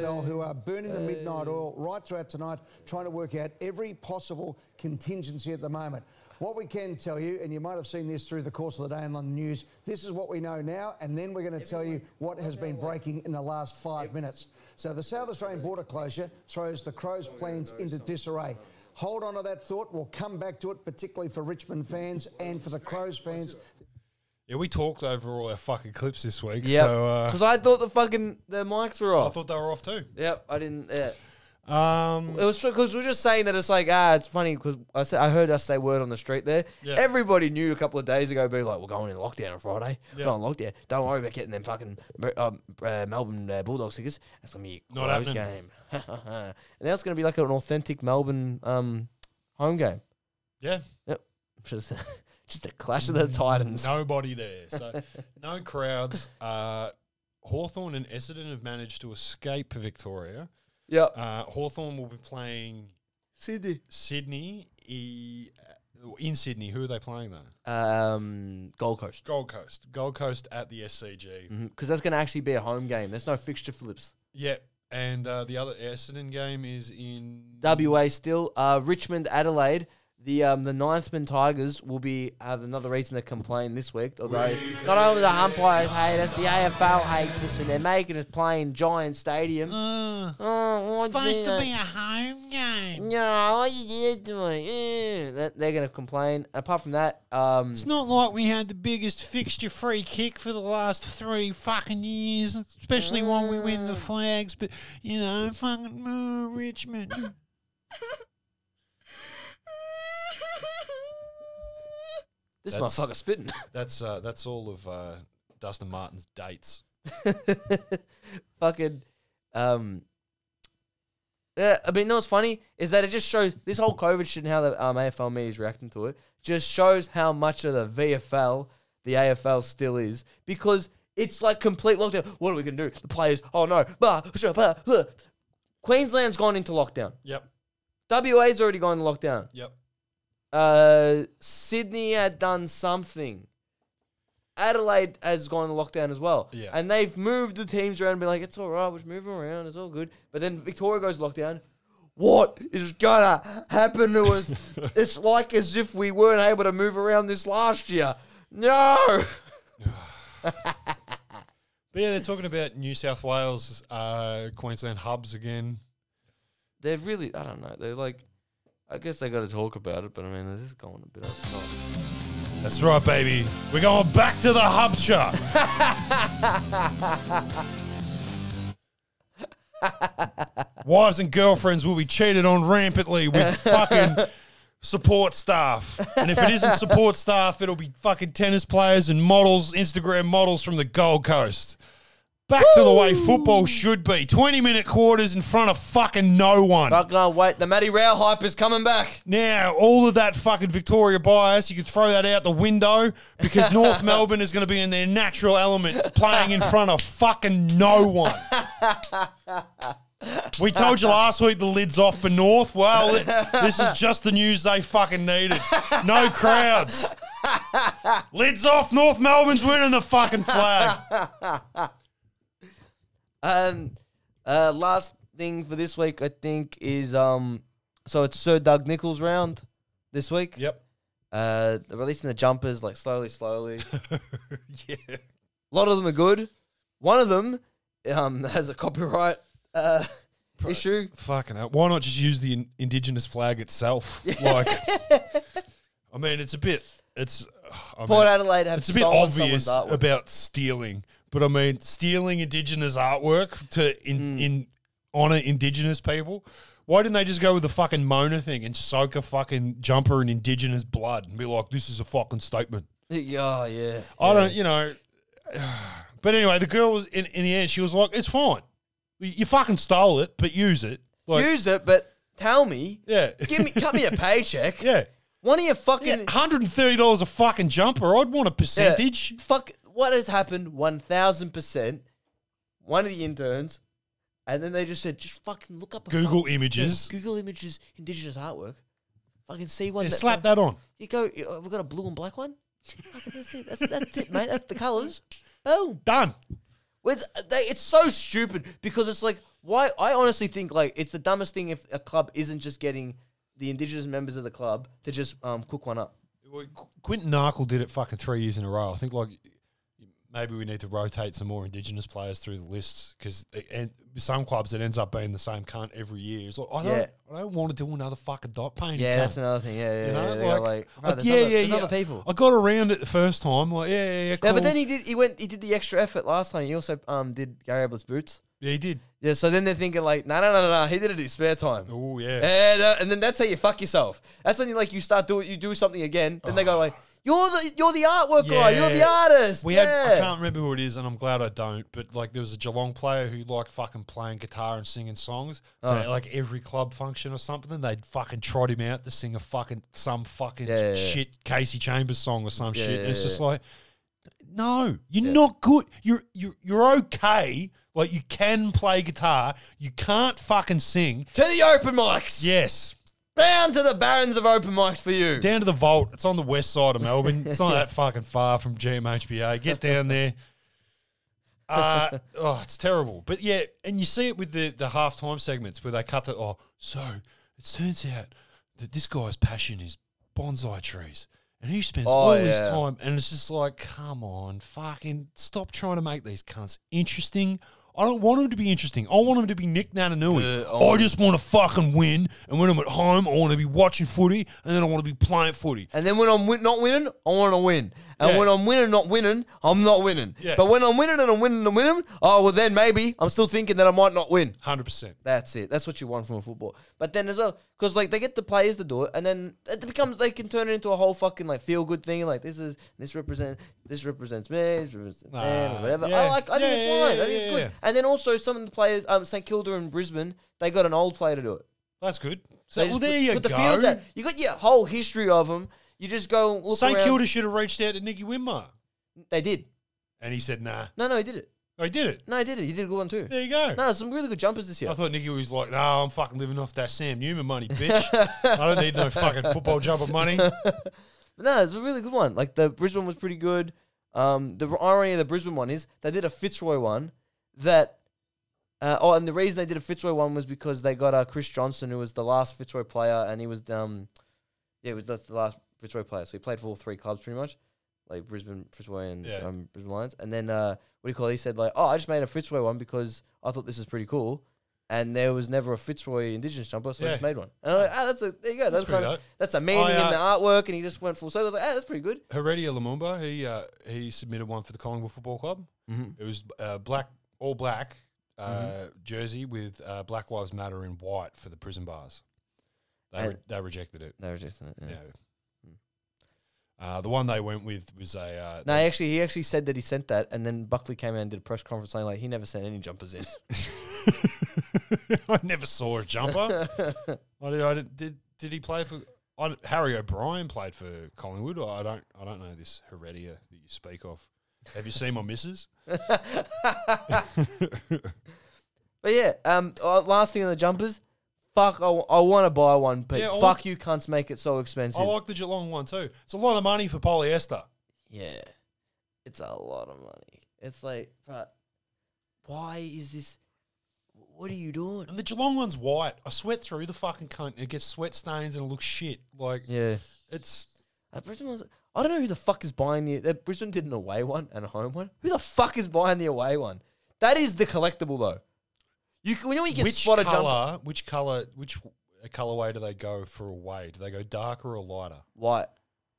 [SPEAKER 3] the AFL, who are burning the midnight oil right throughout tonight, trying to work out every possible contingency at the moment. What we can tell you, and you might have seen this through the course of the day in London News, this is what we know now, and then we're going to tell you what has been breaking in the last five minutes. So the South Australian border closure throws the Crows' plans into disarray. Hold on to that thought. We'll come back to it, particularly for Richmond fans and for the Crows fans.
[SPEAKER 9] Yeah, we talked over all our fucking clips this week.
[SPEAKER 4] Yeah,
[SPEAKER 9] So, uh,
[SPEAKER 4] because I thought the fucking the mics were off. I
[SPEAKER 9] thought they were off too.
[SPEAKER 4] Yep, I didn't. Yeah.
[SPEAKER 9] Um,
[SPEAKER 4] it was because we were just saying that it's like ah, it's funny because I said I heard us say word on the street there.
[SPEAKER 9] Yeah.
[SPEAKER 4] Everybody knew a couple of days ago, be like, we're going in lockdown on Friday.
[SPEAKER 9] Yeah.
[SPEAKER 4] We're going lockdown. Don't worry about getting them fucking um, uh, Melbourne uh, Bulldogs tickets. That's gonna be a
[SPEAKER 9] Not
[SPEAKER 4] close
[SPEAKER 9] happening.
[SPEAKER 4] game. <laughs> and now it's gonna be like an authentic Melbourne um, home game. <laughs>
[SPEAKER 9] yeah.
[SPEAKER 4] Yep, just just a clash of
[SPEAKER 9] Mm,
[SPEAKER 4] the Titans.
[SPEAKER 9] Nobody there.
[SPEAKER 12] <laughs>
[SPEAKER 9] So no crowds. Uh, Hawthorn and Essendon have managed to escape Victoria.
[SPEAKER 4] Yeah.
[SPEAKER 9] Uh, Hawthorn will be playing
[SPEAKER 4] Sydney.
[SPEAKER 9] Sydney e- in Sydney. Who are they playing though?
[SPEAKER 4] Um, Gold Coast.
[SPEAKER 9] Gold Coast. Gold Coast at the SCG.
[SPEAKER 12] Mm-hmm.
[SPEAKER 4] Because that's going to actually be a home game. There's no fixture flips.
[SPEAKER 9] Yep. And uh, the other Essendon game is in.
[SPEAKER 4] WA still. Uh, Richmond, Adelaide. The um, the Ninthman Tigers will be have another reason to complain this week. Although not only the umpires hate us, the AFL hates us, and they're making us play in giant stadiums. oh, what
[SPEAKER 12] supposed to
[SPEAKER 4] did I-
[SPEAKER 12] be a home game.
[SPEAKER 4] No, what you did to me. They're going to complain. Apart from that, um,
[SPEAKER 12] It's not like we had the biggest fixture free kick for the last three fucking years, especially when we win the
[SPEAKER 9] Ah.
[SPEAKER 12] flags. But you know, fucking oh, Richmond.
[SPEAKER 4] This
[SPEAKER 9] That's-
[SPEAKER 4] motherfucker spitting.
[SPEAKER 9] That's uh, that's all of uh, Dustin Martin's dates.
[SPEAKER 4] fucking. Um, yeah, I mean, you know what's funny is that it just shows this whole COVID shit and how the um, AFL media is reacting to it. Just shows how much of the VFL the AFL still is because it's like complete lockdown. What are we gonna do? The players? Oh no! Bah, sure, bah, huh. Queensland's gone into lockdown.
[SPEAKER 9] Yep.
[SPEAKER 4] WA's already gone into lockdown.
[SPEAKER 9] Yep.
[SPEAKER 4] Uh, Sydney had done something. Adelaide has gone into lockdown as well.
[SPEAKER 9] Yeah.
[SPEAKER 4] And they've moved the teams around and been like, it's all right, we're just moving around, it's all good. But then Victoria goes lockdown. What is gonna happen to <laughs> us? it's like as if we weren't able to move around this last year. No! <laughs>
[SPEAKER 9] But yeah, they're talking about New South Wales, uh, Queensland hubs again.
[SPEAKER 4] They're really, I don't know, they're like, I guess they gotta talk about it, but I mean, this is going a bit out of control.
[SPEAKER 9] That's right, baby. We're going back to the hub chart. Wives and girlfriends will be cheated on rampantly with fucking support staff. And if it isn't support staff, it'll be fucking tennis players and models, Instagram models from the Gold Coast. Back to the way football should be 20 minute quarters in front of fucking no one.
[SPEAKER 4] Not gonna wait, the Matty Rao hype is coming back.
[SPEAKER 9] Now, all of that fucking Victoria bias, you can throw that out the window because North Melbourne is going to be in their natural element playing in front of fucking no one. We told you last week the lid's off for North. Well, it- this is just the news they fucking needed. No crowds. Lid's off. North Melbourne's winning the fucking flag.
[SPEAKER 4] Um, uh, last thing for this week, I think, is um, so it's Sir Doug Nichols round this week.
[SPEAKER 9] Yep.
[SPEAKER 4] Uh, they're releasing the jumpers like slowly, slowly.
[SPEAKER 9] <laughs> yeah.
[SPEAKER 4] A lot of them are good. One of them um <laughs> has a copyright uh issue.
[SPEAKER 9] Fucking hell. Why not just use the in- indigenous flag itself? Like, I mean, it's a bit. It's. I
[SPEAKER 4] Port
[SPEAKER 9] mean,
[SPEAKER 4] Adelaide have
[SPEAKER 9] It's a bit
[SPEAKER 4] stolen
[SPEAKER 9] obvious
[SPEAKER 4] someone's artwork.
[SPEAKER 9] about stealing, but I mean, stealing indigenous artwork to
[SPEAKER 4] Hmm.
[SPEAKER 9] in in honor indigenous people. Why didn't they just go with the fucking Mona thing and soak a fucking jumper in indigenous blood and be like, "This is a fucking statement."
[SPEAKER 4] <laughs> Yeah, oh, yeah.
[SPEAKER 9] I don't, you know. <sighs> But anyway, the girl was in, in the end. She was like, "It's fine. You you fucking stole it, but use it. Like,
[SPEAKER 4] Use it, but tell me.
[SPEAKER 9] Yeah.
[SPEAKER 4] Give me, cut me
[SPEAKER 9] <laughs>
[SPEAKER 4] a paycheck.
[SPEAKER 9] Yeah.
[SPEAKER 4] One of your fucking
[SPEAKER 9] hundred and thirty dollars a fucking jumper. I'd want a percentage.
[SPEAKER 4] Yeah. Fuck, what has happened? One thousand percent. One of the interns, and then they just said, just fucking look up a
[SPEAKER 9] Google
[SPEAKER 4] fuck-
[SPEAKER 9] images.
[SPEAKER 4] Yeah, Google images, indigenous artwork. Fucking see one.
[SPEAKER 9] Yeah, slap that on.
[SPEAKER 4] You go. you- uh, We've got a blue and black one. Fucking That's it. That's, that's it, mate. That's the colours. Boom.
[SPEAKER 9] Done.
[SPEAKER 4] It's, uh, they, it's so stupid because it's like why I honestly think like it's the dumbest thing if a club isn't just getting the indigenous members of the club to just um, cook one up.
[SPEAKER 9] Quinton Narkle did it fucking three years in a row. I think like maybe we need to rotate some more Indigenous players through the lists because and some clubs it ends up being the same cunt every year. It's like, I don't,
[SPEAKER 4] Yeah.
[SPEAKER 9] I don't want to do another fucking dot painting.
[SPEAKER 4] Yeah,
[SPEAKER 9] cunt.
[SPEAKER 4] that's another thing. Yeah, yeah, yeah. They got like, "Bro, there's
[SPEAKER 9] yeah,
[SPEAKER 4] other-
[SPEAKER 9] yeah,
[SPEAKER 4] there's
[SPEAKER 9] yeah.
[SPEAKER 4] other people."
[SPEAKER 9] I got around it the first time. Like, yeah, yeah, yeah. Cool.
[SPEAKER 4] Yeah, but then he did. He went. He did the extra effort last time. He also um did Gary Ablett's boots.
[SPEAKER 9] Yeah, he did.
[SPEAKER 4] Yeah, so then they're thinking like, no, no, no, no, no. He did it in his spare time.
[SPEAKER 9] Oh yeah.
[SPEAKER 4] And, uh, and then that's how you fuck yourself. That's when you like you start doing you do something again, and they go like, you're the you're the artwork guy. oh, You're the artist.
[SPEAKER 9] We
[SPEAKER 4] yeah.
[SPEAKER 9] had I can't remember who it is, and I'm glad I don't. But like, there was a Geelong player who liked fucking playing guitar and singing songs. So
[SPEAKER 4] Oh.
[SPEAKER 9] like every club function or something, they'd fucking trot him out to sing a fucking some fucking
[SPEAKER 4] Yeah, yeah, yeah.
[SPEAKER 9] shit Casey Chambers song or some
[SPEAKER 4] Yeah,
[SPEAKER 9] shit.
[SPEAKER 4] yeah,
[SPEAKER 9] it's just
[SPEAKER 4] yeah.
[SPEAKER 9] like, no, you're not good. You're you're you're okay. Like you can play guitar, you can't fucking sing.
[SPEAKER 4] To the open mics.
[SPEAKER 9] Yes.
[SPEAKER 4] Bound to the barons of open mics for you.
[SPEAKER 9] Down to the vault. It's on
[SPEAKER 4] <laughs>
[SPEAKER 9] the west side of Melbourne. It's not that fucking far from GMHBA. Get down there. Uh, <laughs> oh, it's terrible. But yeah, and you see it with the, the halftime segments where they cut to, oh, so it turns out that this guy's passion is bonsai trees. And he spends
[SPEAKER 4] Oh,
[SPEAKER 9] all his
[SPEAKER 4] yeah.
[SPEAKER 9] time, and it's just like, come on, fucking stop trying to make these cunts interesting. I don't want them to be interesting. I want them to be Nick Nananui.
[SPEAKER 4] Uh, oh.
[SPEAKER 9] I just want to fucking win. And when I'm at home, I want to be watching footy, and then I want to be playing footy.
[SPEAKER 4] And then when I'm win- not winning, I want to win. And
[SPEAKER 9] Yeah.
[SPEAKER 4] when I'm winning, not winning, I'm not winning.
[SPEAKER 9] Yeah.
[SPEAKER 4] But when I'm winning and I'm winning and winning, oh well, then maybe I'm still thinking that I might not win.
[SPEAKER 9] Hundred percent.
[SPEAKER 4] That's it. That's what you want from a football. But then as well, because like they get the players to do it, and then it becomes they can turn it into a whole fucking like feel good thing. Like this is this represents this represents me, this represents
[SPEAKER 9] Ah,
[SPEAKER 4] them, or whatever. I
[SPEAKER 9] yeah.
[SPEAKER 4] like. I think
[SPEAKER 9] Yeah,
[SPEAKER 4] it's
[SPEAKER 9] yeah,
[SPEAKER 4] fine.
[SPEAKER 9] yeah,
[SPEAKER 4] I think
[SPEAKER 9] yeah,
[SPEAKER 4] it's good.
[SPEAKER 9] yeah.
[SPEAKER 4] And then also some of the players, um, St Kilda and Brisbane, they got an old player to do it.
[SPEAKER 9] That's good.
[SPEAKER 4] So
[SPEAKER 9] So,
[SPEAKER 4] they
[SPEAKER 9] well,
[SPEAKER 4] just
[SPEAKER 9] there
[SPEAKER 4] put-
[SPEAKER 9] you
[SPEAKER 4] put
[SPEAKER 9] go.
[SPEAKER 4] the fields out. You got your whole history of them. You just go and look
[SPEAKER 9] St
[SPEAKER 4] around.
[SPEAKER 9] Kilda should have reached out to Nicky Winmar.
[SPEAKER 4] They did.
[SPEAKER 9] And he said, nah.
[SPEAKER 4] No, no, he did it.
[SPEAKER 9] Oh, he did it.
[SPEAKER 4] No, he did it. He did a good one too.
[SPEAKER 9] There you go.
[SPEAKER 4] No, some really good jumpers this year.
[SPEAKER 9] I thought Nicky was like, no, I'm fucking living off that Sam
[SPEAKER 4] <laughs>
[SPEAKER 9] Newman money, bitch. I don't need no fucking football jumper money. <laughs>
[SPEAKER 4] But no, it's a really good one. Like the Brisbane was pretty good. Um, the irony of the Brisbane one is they did a Fitzroy one that. Uh, oh, and the reason they did a Fitzroy one was because they got uh, Chris Johnson, who was the last Fitzroy player, and he was um, yeah, it was the, the last Fitzroy player, so he played for all three clubs pretty much, like Brisbane, Fitzroy, and
[SPEAKER 9] Yeah.
[SPEAKER 4] um, Brisbane Lions. And then uh, what do you call? It? He said like, oh, I just made a Fitzroy one because I thought this is pretty cool, and there was never a Fitzroy Indigenous jumper, so I just
[SPEAKER 9] Yeah.
[SPEAKER 4] made one. And I'm like, ah, that's a there you go, that's,
[SPEAKER 9] That's pretty
[SPEAKER 4] kind of,
[SPEAKER 9] dope.
[SPEAKER 4] that's a meaning
[SPEAKER 9] I, uh,
[SPEAKER 4] in the artwork, and he just went full circle. I was like, ah, that's pretty good.
[SPEAKER 9] Heredia Lumumba, he uh, he submitted one for the Collingwood Football Club.
[SPEAKER 4] Mhm.
[SPEAKER 9] It was uh, black, all black uh,
[SPEAKER 4] Mm-hmm.
[SPEAKER 9] jersey with uh, Black Lives Matter in white for the prison bars. They,
[SPEAKER 4] And-
[SPEAKER 9] re- they rejected it.
[SPEAKER 4] They rejected it. Yeah.
[SPEAKER 9] Yeah. Uh, the one they went with was a uh,
[SPEAKER 4] No, actually, he actually said that he sent that, and then Buckley came out and did a press conference saying like he never sent any jumpers
[SPEAKER 9] <laughs>
[SPEAKER 4] in. <laughs>
[SPEAKER 9] I never saw a jumper. I did, I did, did. Did he play for? I, don't- Harry O'Brien played for Collingwood. I don't. I don't know this Heredia that you speak of. Have you seen my missus?
[SPEAKER 4] but yeah, um, uh, last thing on the jumpers, fuck, I, want to buy one, but
[SPEAKER 9] Yeah, I
[SPEAKER 4] fuck
[SPEAKER 9] want-
[SPEAKER 4] you cunts make it so expensive.
[SPEAKER 9] I like the Geelong one too. It's a lot of money for polyester.
[SPEAKER 4] yeah, it's a lot of money. It's like, bruh, why is this? What are you doing?
[SPEAKER 9] And the Geelong one's white. I sweat through the fucking cunt. and It gets sweat stains and it looks shit. Like
[SPEAKER 4] Yeah,
[SPEAKER 9] it's
[SPEAKER 4] Uh, Brisbane was. I don't know who the fuck is buying the. that Brisbane did an away one and a home one. Who the fuck is buying the away one? That is the collectible though. You can, you know when you get
[SPEAKER 9] which
[SPEAKER 4] spot a jumper.
[SPEAKER 9] color? Which color? Which colorway do they go for away? Do they go darker or lighter?
[SPEAKER 4] White.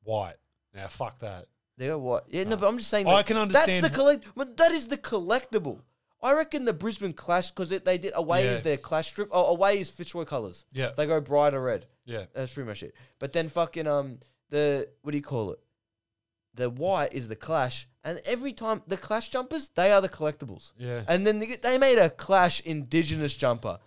[SPEAKER 9] White. Now fuck that.
[SPEAKER 4] They got what? Yeah, no, but I'm just saying.
[SPEAKER 9] Ah. I
[SPEAKER 4] that-
[SPEAKER 9] can
[SPEAKER 4] That's
[SPEAKER 9] understand
[SPEAKER 4] the
[SPEAKER 9] wh-
[SPEAKER 4] collect. But that is the collectible. I reckon the Brisbane Clash because they did away
[SPEAKER 9] Yeah.
[SPEAKER 4] is their clash strip. Oh, away is Fitzroy colours.
[SPEAKER 9] Yeah.
[SPEAKER 4] they go brighter red.
[SPEAKER 9] Yeah.
[SPEAKER 4] that's pretty much it. But then fucking um the what do you call it? The white is the clash, and every time the clash jumpers they are the collectibles.
[SPEAKER 9] Yeah.
[SPEAKER 4] and then they, they made a clash indigenous jumper.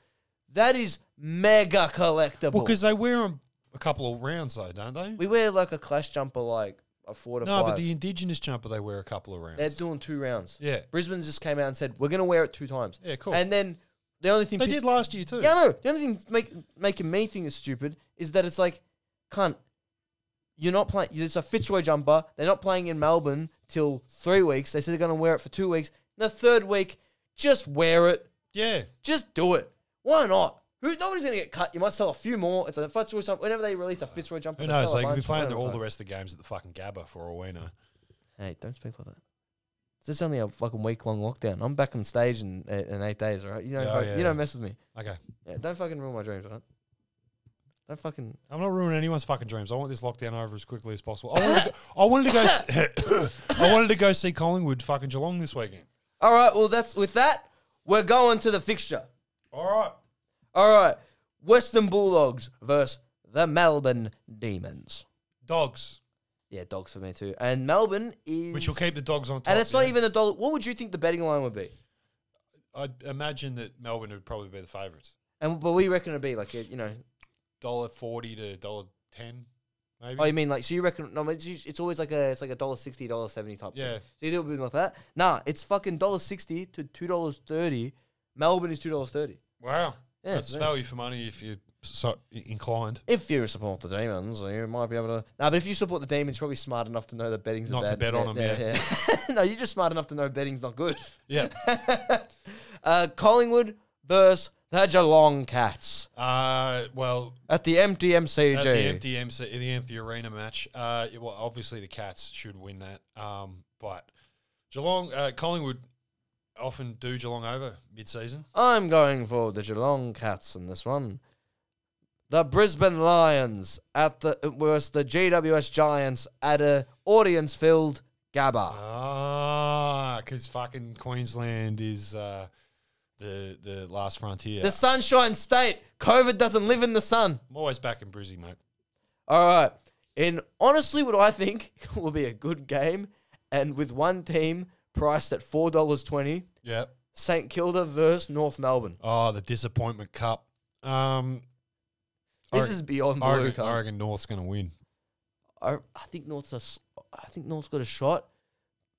[SPEAKER 4] That is mega collectible.
[SPEAKER 9] Well, because they wear them a couple of rounds though, don't they?
[SPEAKER 4] we wear like a clash jumper like a four to
[SPEAKER 9] No,
[SPEAKER 4] five.
[SPEAKER 9] but the indigenous jumper they wear a couple of rounds.
[SPEAKER 4] They're doing two rounds.
[SPEAKER 9] Yeah.
[SPEAKER 4] Brisbane just came out and said, we're going to wear it two times.
[SPEAKER 9] Yeah, cool.
[SPEAKER 4] And then the only thing
[SPEAKER 9] they
[SPEAKER 4] piss-
[SPEAKER 9] did last year too.
[SPEAKER 4] Yeah, no. The only thing make, making me think it's stupid is that it's like, cunt, you're not playing. It's a Fitzroy jumper. They're not playing in Melbourne till three weeks. They said they're going to wear it for two weeks. And the third week, just wear it.
[SPEAKER 9] Yeah.
[SPEAKER 4] Just do it. Why not? Who, nobody's going to get cut. You might sell a few more. It's a Fitzroy jumper. Whenever they release a Fitzroy jumper,
[SPEAKER 9] Who
[SPEAKER 4] they
[SPEAKER 9] knows?
[SPEAKER 4] sell a
[SPEAKER 9] They could be
[SPEAKER 4] bunch. I
[SPEAKER 9] playing
[SPEAKER 4] don't
[SPEAKER 9] the, all
[SPEAKER 4] know.
[SPEAKER 9] the rest of the games at the fucking Gabba for all we know.
[SPEAKER 4] Hey, don't speak like that. This is only a fucking week long lockdown. I'm back on stage in in eight days, all right? You don't
[SPEAKER 9] Oh,
[SPEAKER 4] fuck-
[SPEAKER 9] yeah.
[SPEAKER 4] you don't mess with me.
[SPEAKER 9] Okay.
[SPEAKER 4] Yeah, don't fucking ruin my dreams, all right? Don't fucking
[SPEAKER 9] I'm not ruining anyone's fucking dreams. I want this lockdown over as quickly as possible. I wanted to go, <laughs> I wanted to go s- <coughs> I wanted to go see Collingwood fucking Geelong this weekend.
[SPEAKER 4] All right, well that's with that, we're going to the fixture.
[SPEAKER 9] All right.
[SPEAKER 4] All right. Western Bulldogs versus the Melbourne Demons.
[SPEAKER 9] Dogs.
[SPEAKER 4] Yeah, dogs for me too. And Melbourne is
[SPEAKER 9] Which will keep the dogs on top.
[SPEAKER 4] And it's not
[SPEAKER 9] yeah.
[SPEAKER 4] even the dog. What would you think the betting line would be?
[SPEAKER 9] I'd imagine that Melbourne would probably be the favourites.
[SPEAKER 4] And but we reckon it'd be like you know.
[SPEAKER 9] Dollar forty to dollar ten, maybe.
[SPEAKER 4] Oh, you mean like so? You reckon? No, it's, us- it's always like a it's like a dollar sixty, dollar seventy type.
[SPEAKER 9] Yeah.
[SPEAKER 4] Thing. So you do a bit like that. Nah, it's fucking dollar sixty to two dollars thirty. Melbourne is two dollars thirty.
[SPEAKER 9] Wow.
[SPEAKER 4] Yeah,
[SPEAKER 9] That's
[SPEAKER 4] so-
[SPEAKER 9] value for money if you so inclined.
[SPEAKER 4] If you support the demons, you might be able to. No, but if you support the demons, you're probably smart enough to know that betting's
[SPEAKER 9] Not to
[SPEAKER 4] a bad,
[SPEAKER 9] bet on 'em, yeah.
[SPEAKER 4] <laughs> no, you're just smart enough to know betting's not good. <laughs>
[SPEAKER 9] Yeah.
[SPEAKER 4] uh, Collingwood versus the Geelong Cats
[SPEAKER 9] Uh, well,
[SPEAKER 4] at the empty MCG.
[SPEAKER 9] At the empty MC, the empty arena match. Uh, yeah, well, obviously the Cats should win that. Um, but Geelong, uh, Collingwood often do Geelong over mid-season.
[SPEAKER 4] I'm going for the Geelong Cats in this one. The Brisbane Lions at the worst the GWS Giants at a audience filled
[SPEAKER 9] Uh,
[SPEAKER 4] Gabba.
[SPEAKER 9] Ah, because fucking Queensland is uh, the the last frontier.
[SPEAKER 4] The Sunshine State. COVID doesn't live in the sun.
[SPEAKER 9] I'm always back in Brizzy, mate.
[SPEAKER 4] All right. In honestly, what I think <laughs> will be a good game, and with one team priced at four dollars twenty,
[SPEAKER 9] Yep.
[SPEAKER 4] St Kilda versus North Melbourne.
[SPEAKER 9] Oh, the disappointment cup. Um,
[SPEAKER 4] This
[SPEAKER 9] I rec-
[SPEAKER 4] is beyond
[SPEAKER 9] I
[SPEAKER 4] blue
[SPEAKER 9] reckon, I
[SPEAKER 4] card.
[SPEAKER 9] reckon North's going to win.
[SPEAKER 4] I, I think North's a s I think North's got a shot,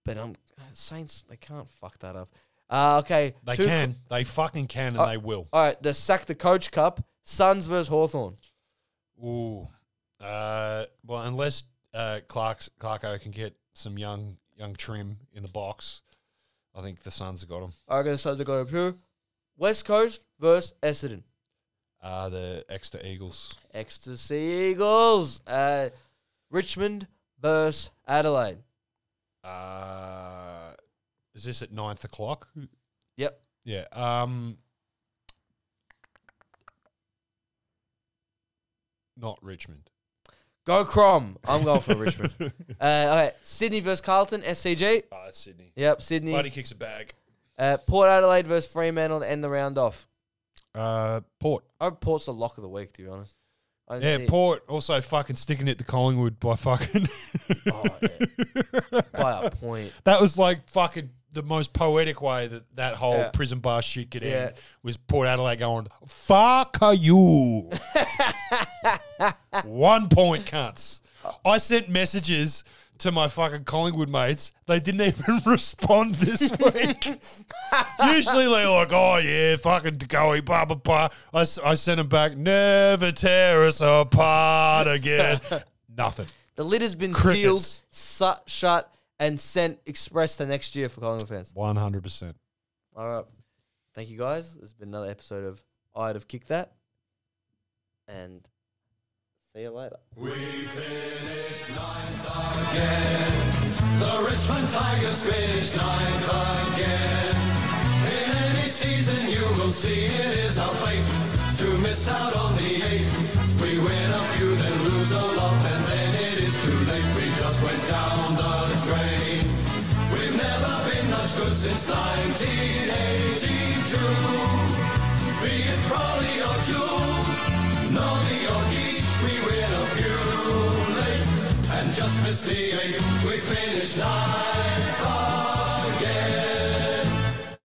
[SPEAKER 4] but um, Saints they can't fuck that up. Uh, okay,
[SPEAKER 9] They
[SPEAKER 4] two-
[SPEAKER 9] can. They fucking can, and
[SPEAKER 4] Uh,
[SPEAKER 9] they will.
[SPEAKER 4] All right, the sack the coach cup, Suns versus Hawthorn.
[SPEAKER 9] Ooh. Uh, well, unless uh, Clark's, Clarko can get some young young trim in the box, I think the Suns have got him.
[SPEAKER 4] I reckon the Suns are going to prove. West Coast versus Essendon.
[SPEAKER 9] Uh, the Exeter Eagles.
[SPEAKER 4] Exeter Sea Eagles. Uh, Richmond versus Adelaide.
[SPEAKER 9] Uh, is this at ninth o'clock?
[SPEAKER 4] Yep.
[SPEAKER 9] Yeah. Um, not Richmond.
[SPEAKER 4] Go Crom. I'm going for
[SPEAKER 9] <laughs>
[SPEAKER 4] Richmond. Uh, okay, Sydney versus Carlton. SCG.
[SPEAKER 9] Oh, that's Sydney.
[SPEAKER 4] Yep, Sydney.
[SPEAKER 9] Bloody kicks a bag.
[SPEAKER 4] Uh, Port Adelaide versus Fremantle to end the round off.
[SPEAKER 9] Uh, Port.
[SPEAKER 4] I hope Port's the lock of the week, to be honest. I didn't
[SPEAKER 9] Yeah,
[SPEAKER 4] see it.
[SPEAKER 9] Port also fucking sticking it to Collingwood by fucking <laughs>
[SPEAKER 4] By a point.
[SPEAKER 9] That was like fucking the most poetic way that that whole
[SPEAKER 4] Yeah.
[SPEAKER 9] prison bar shit could
[SPEAKER 4] Yeah.
[SPEAKER 9] end was Port Adelaide going, fuck
[SPEAKER 4] <laughs>
[SPEAKER 9] you. One point cunts. I sent messages to my fucking Collingwood mates. They didn't <laughs> even
[SPEAKER 4] <laughs>
[SPEAKER 9] respond this week. Usually they're like, oh yeah, fucking Degoe, blah, blah, blah. I, s- I sent them back, never tear us apart
[SPEAKER 4] <laughs>
[SPEAKER 9] again. Nothing.
[SPEAKER 4] The lid has been
[SPEAKER 9] Crickets.
[SPEAKER 4] sealed, su- shut, and sent express to next year for Collingwood fans.
[SPEAKER 9] 100%.
[SPEAKER 4] All right. Thank you, guys. This has been another episode of I'd Have Kicked That. And see you later.
[SPEAKER 19] The Richmond Tigers finish ninth again. In any season, you will see it is our fate to miss out on the eight. We win a few, then lose a lot, and then it is too late. We just went down the drain. We've never been much good since 1982. Be it Crowley or Jewel, Northey or Geese, we win a few late and just missed the eight. We finished ninth.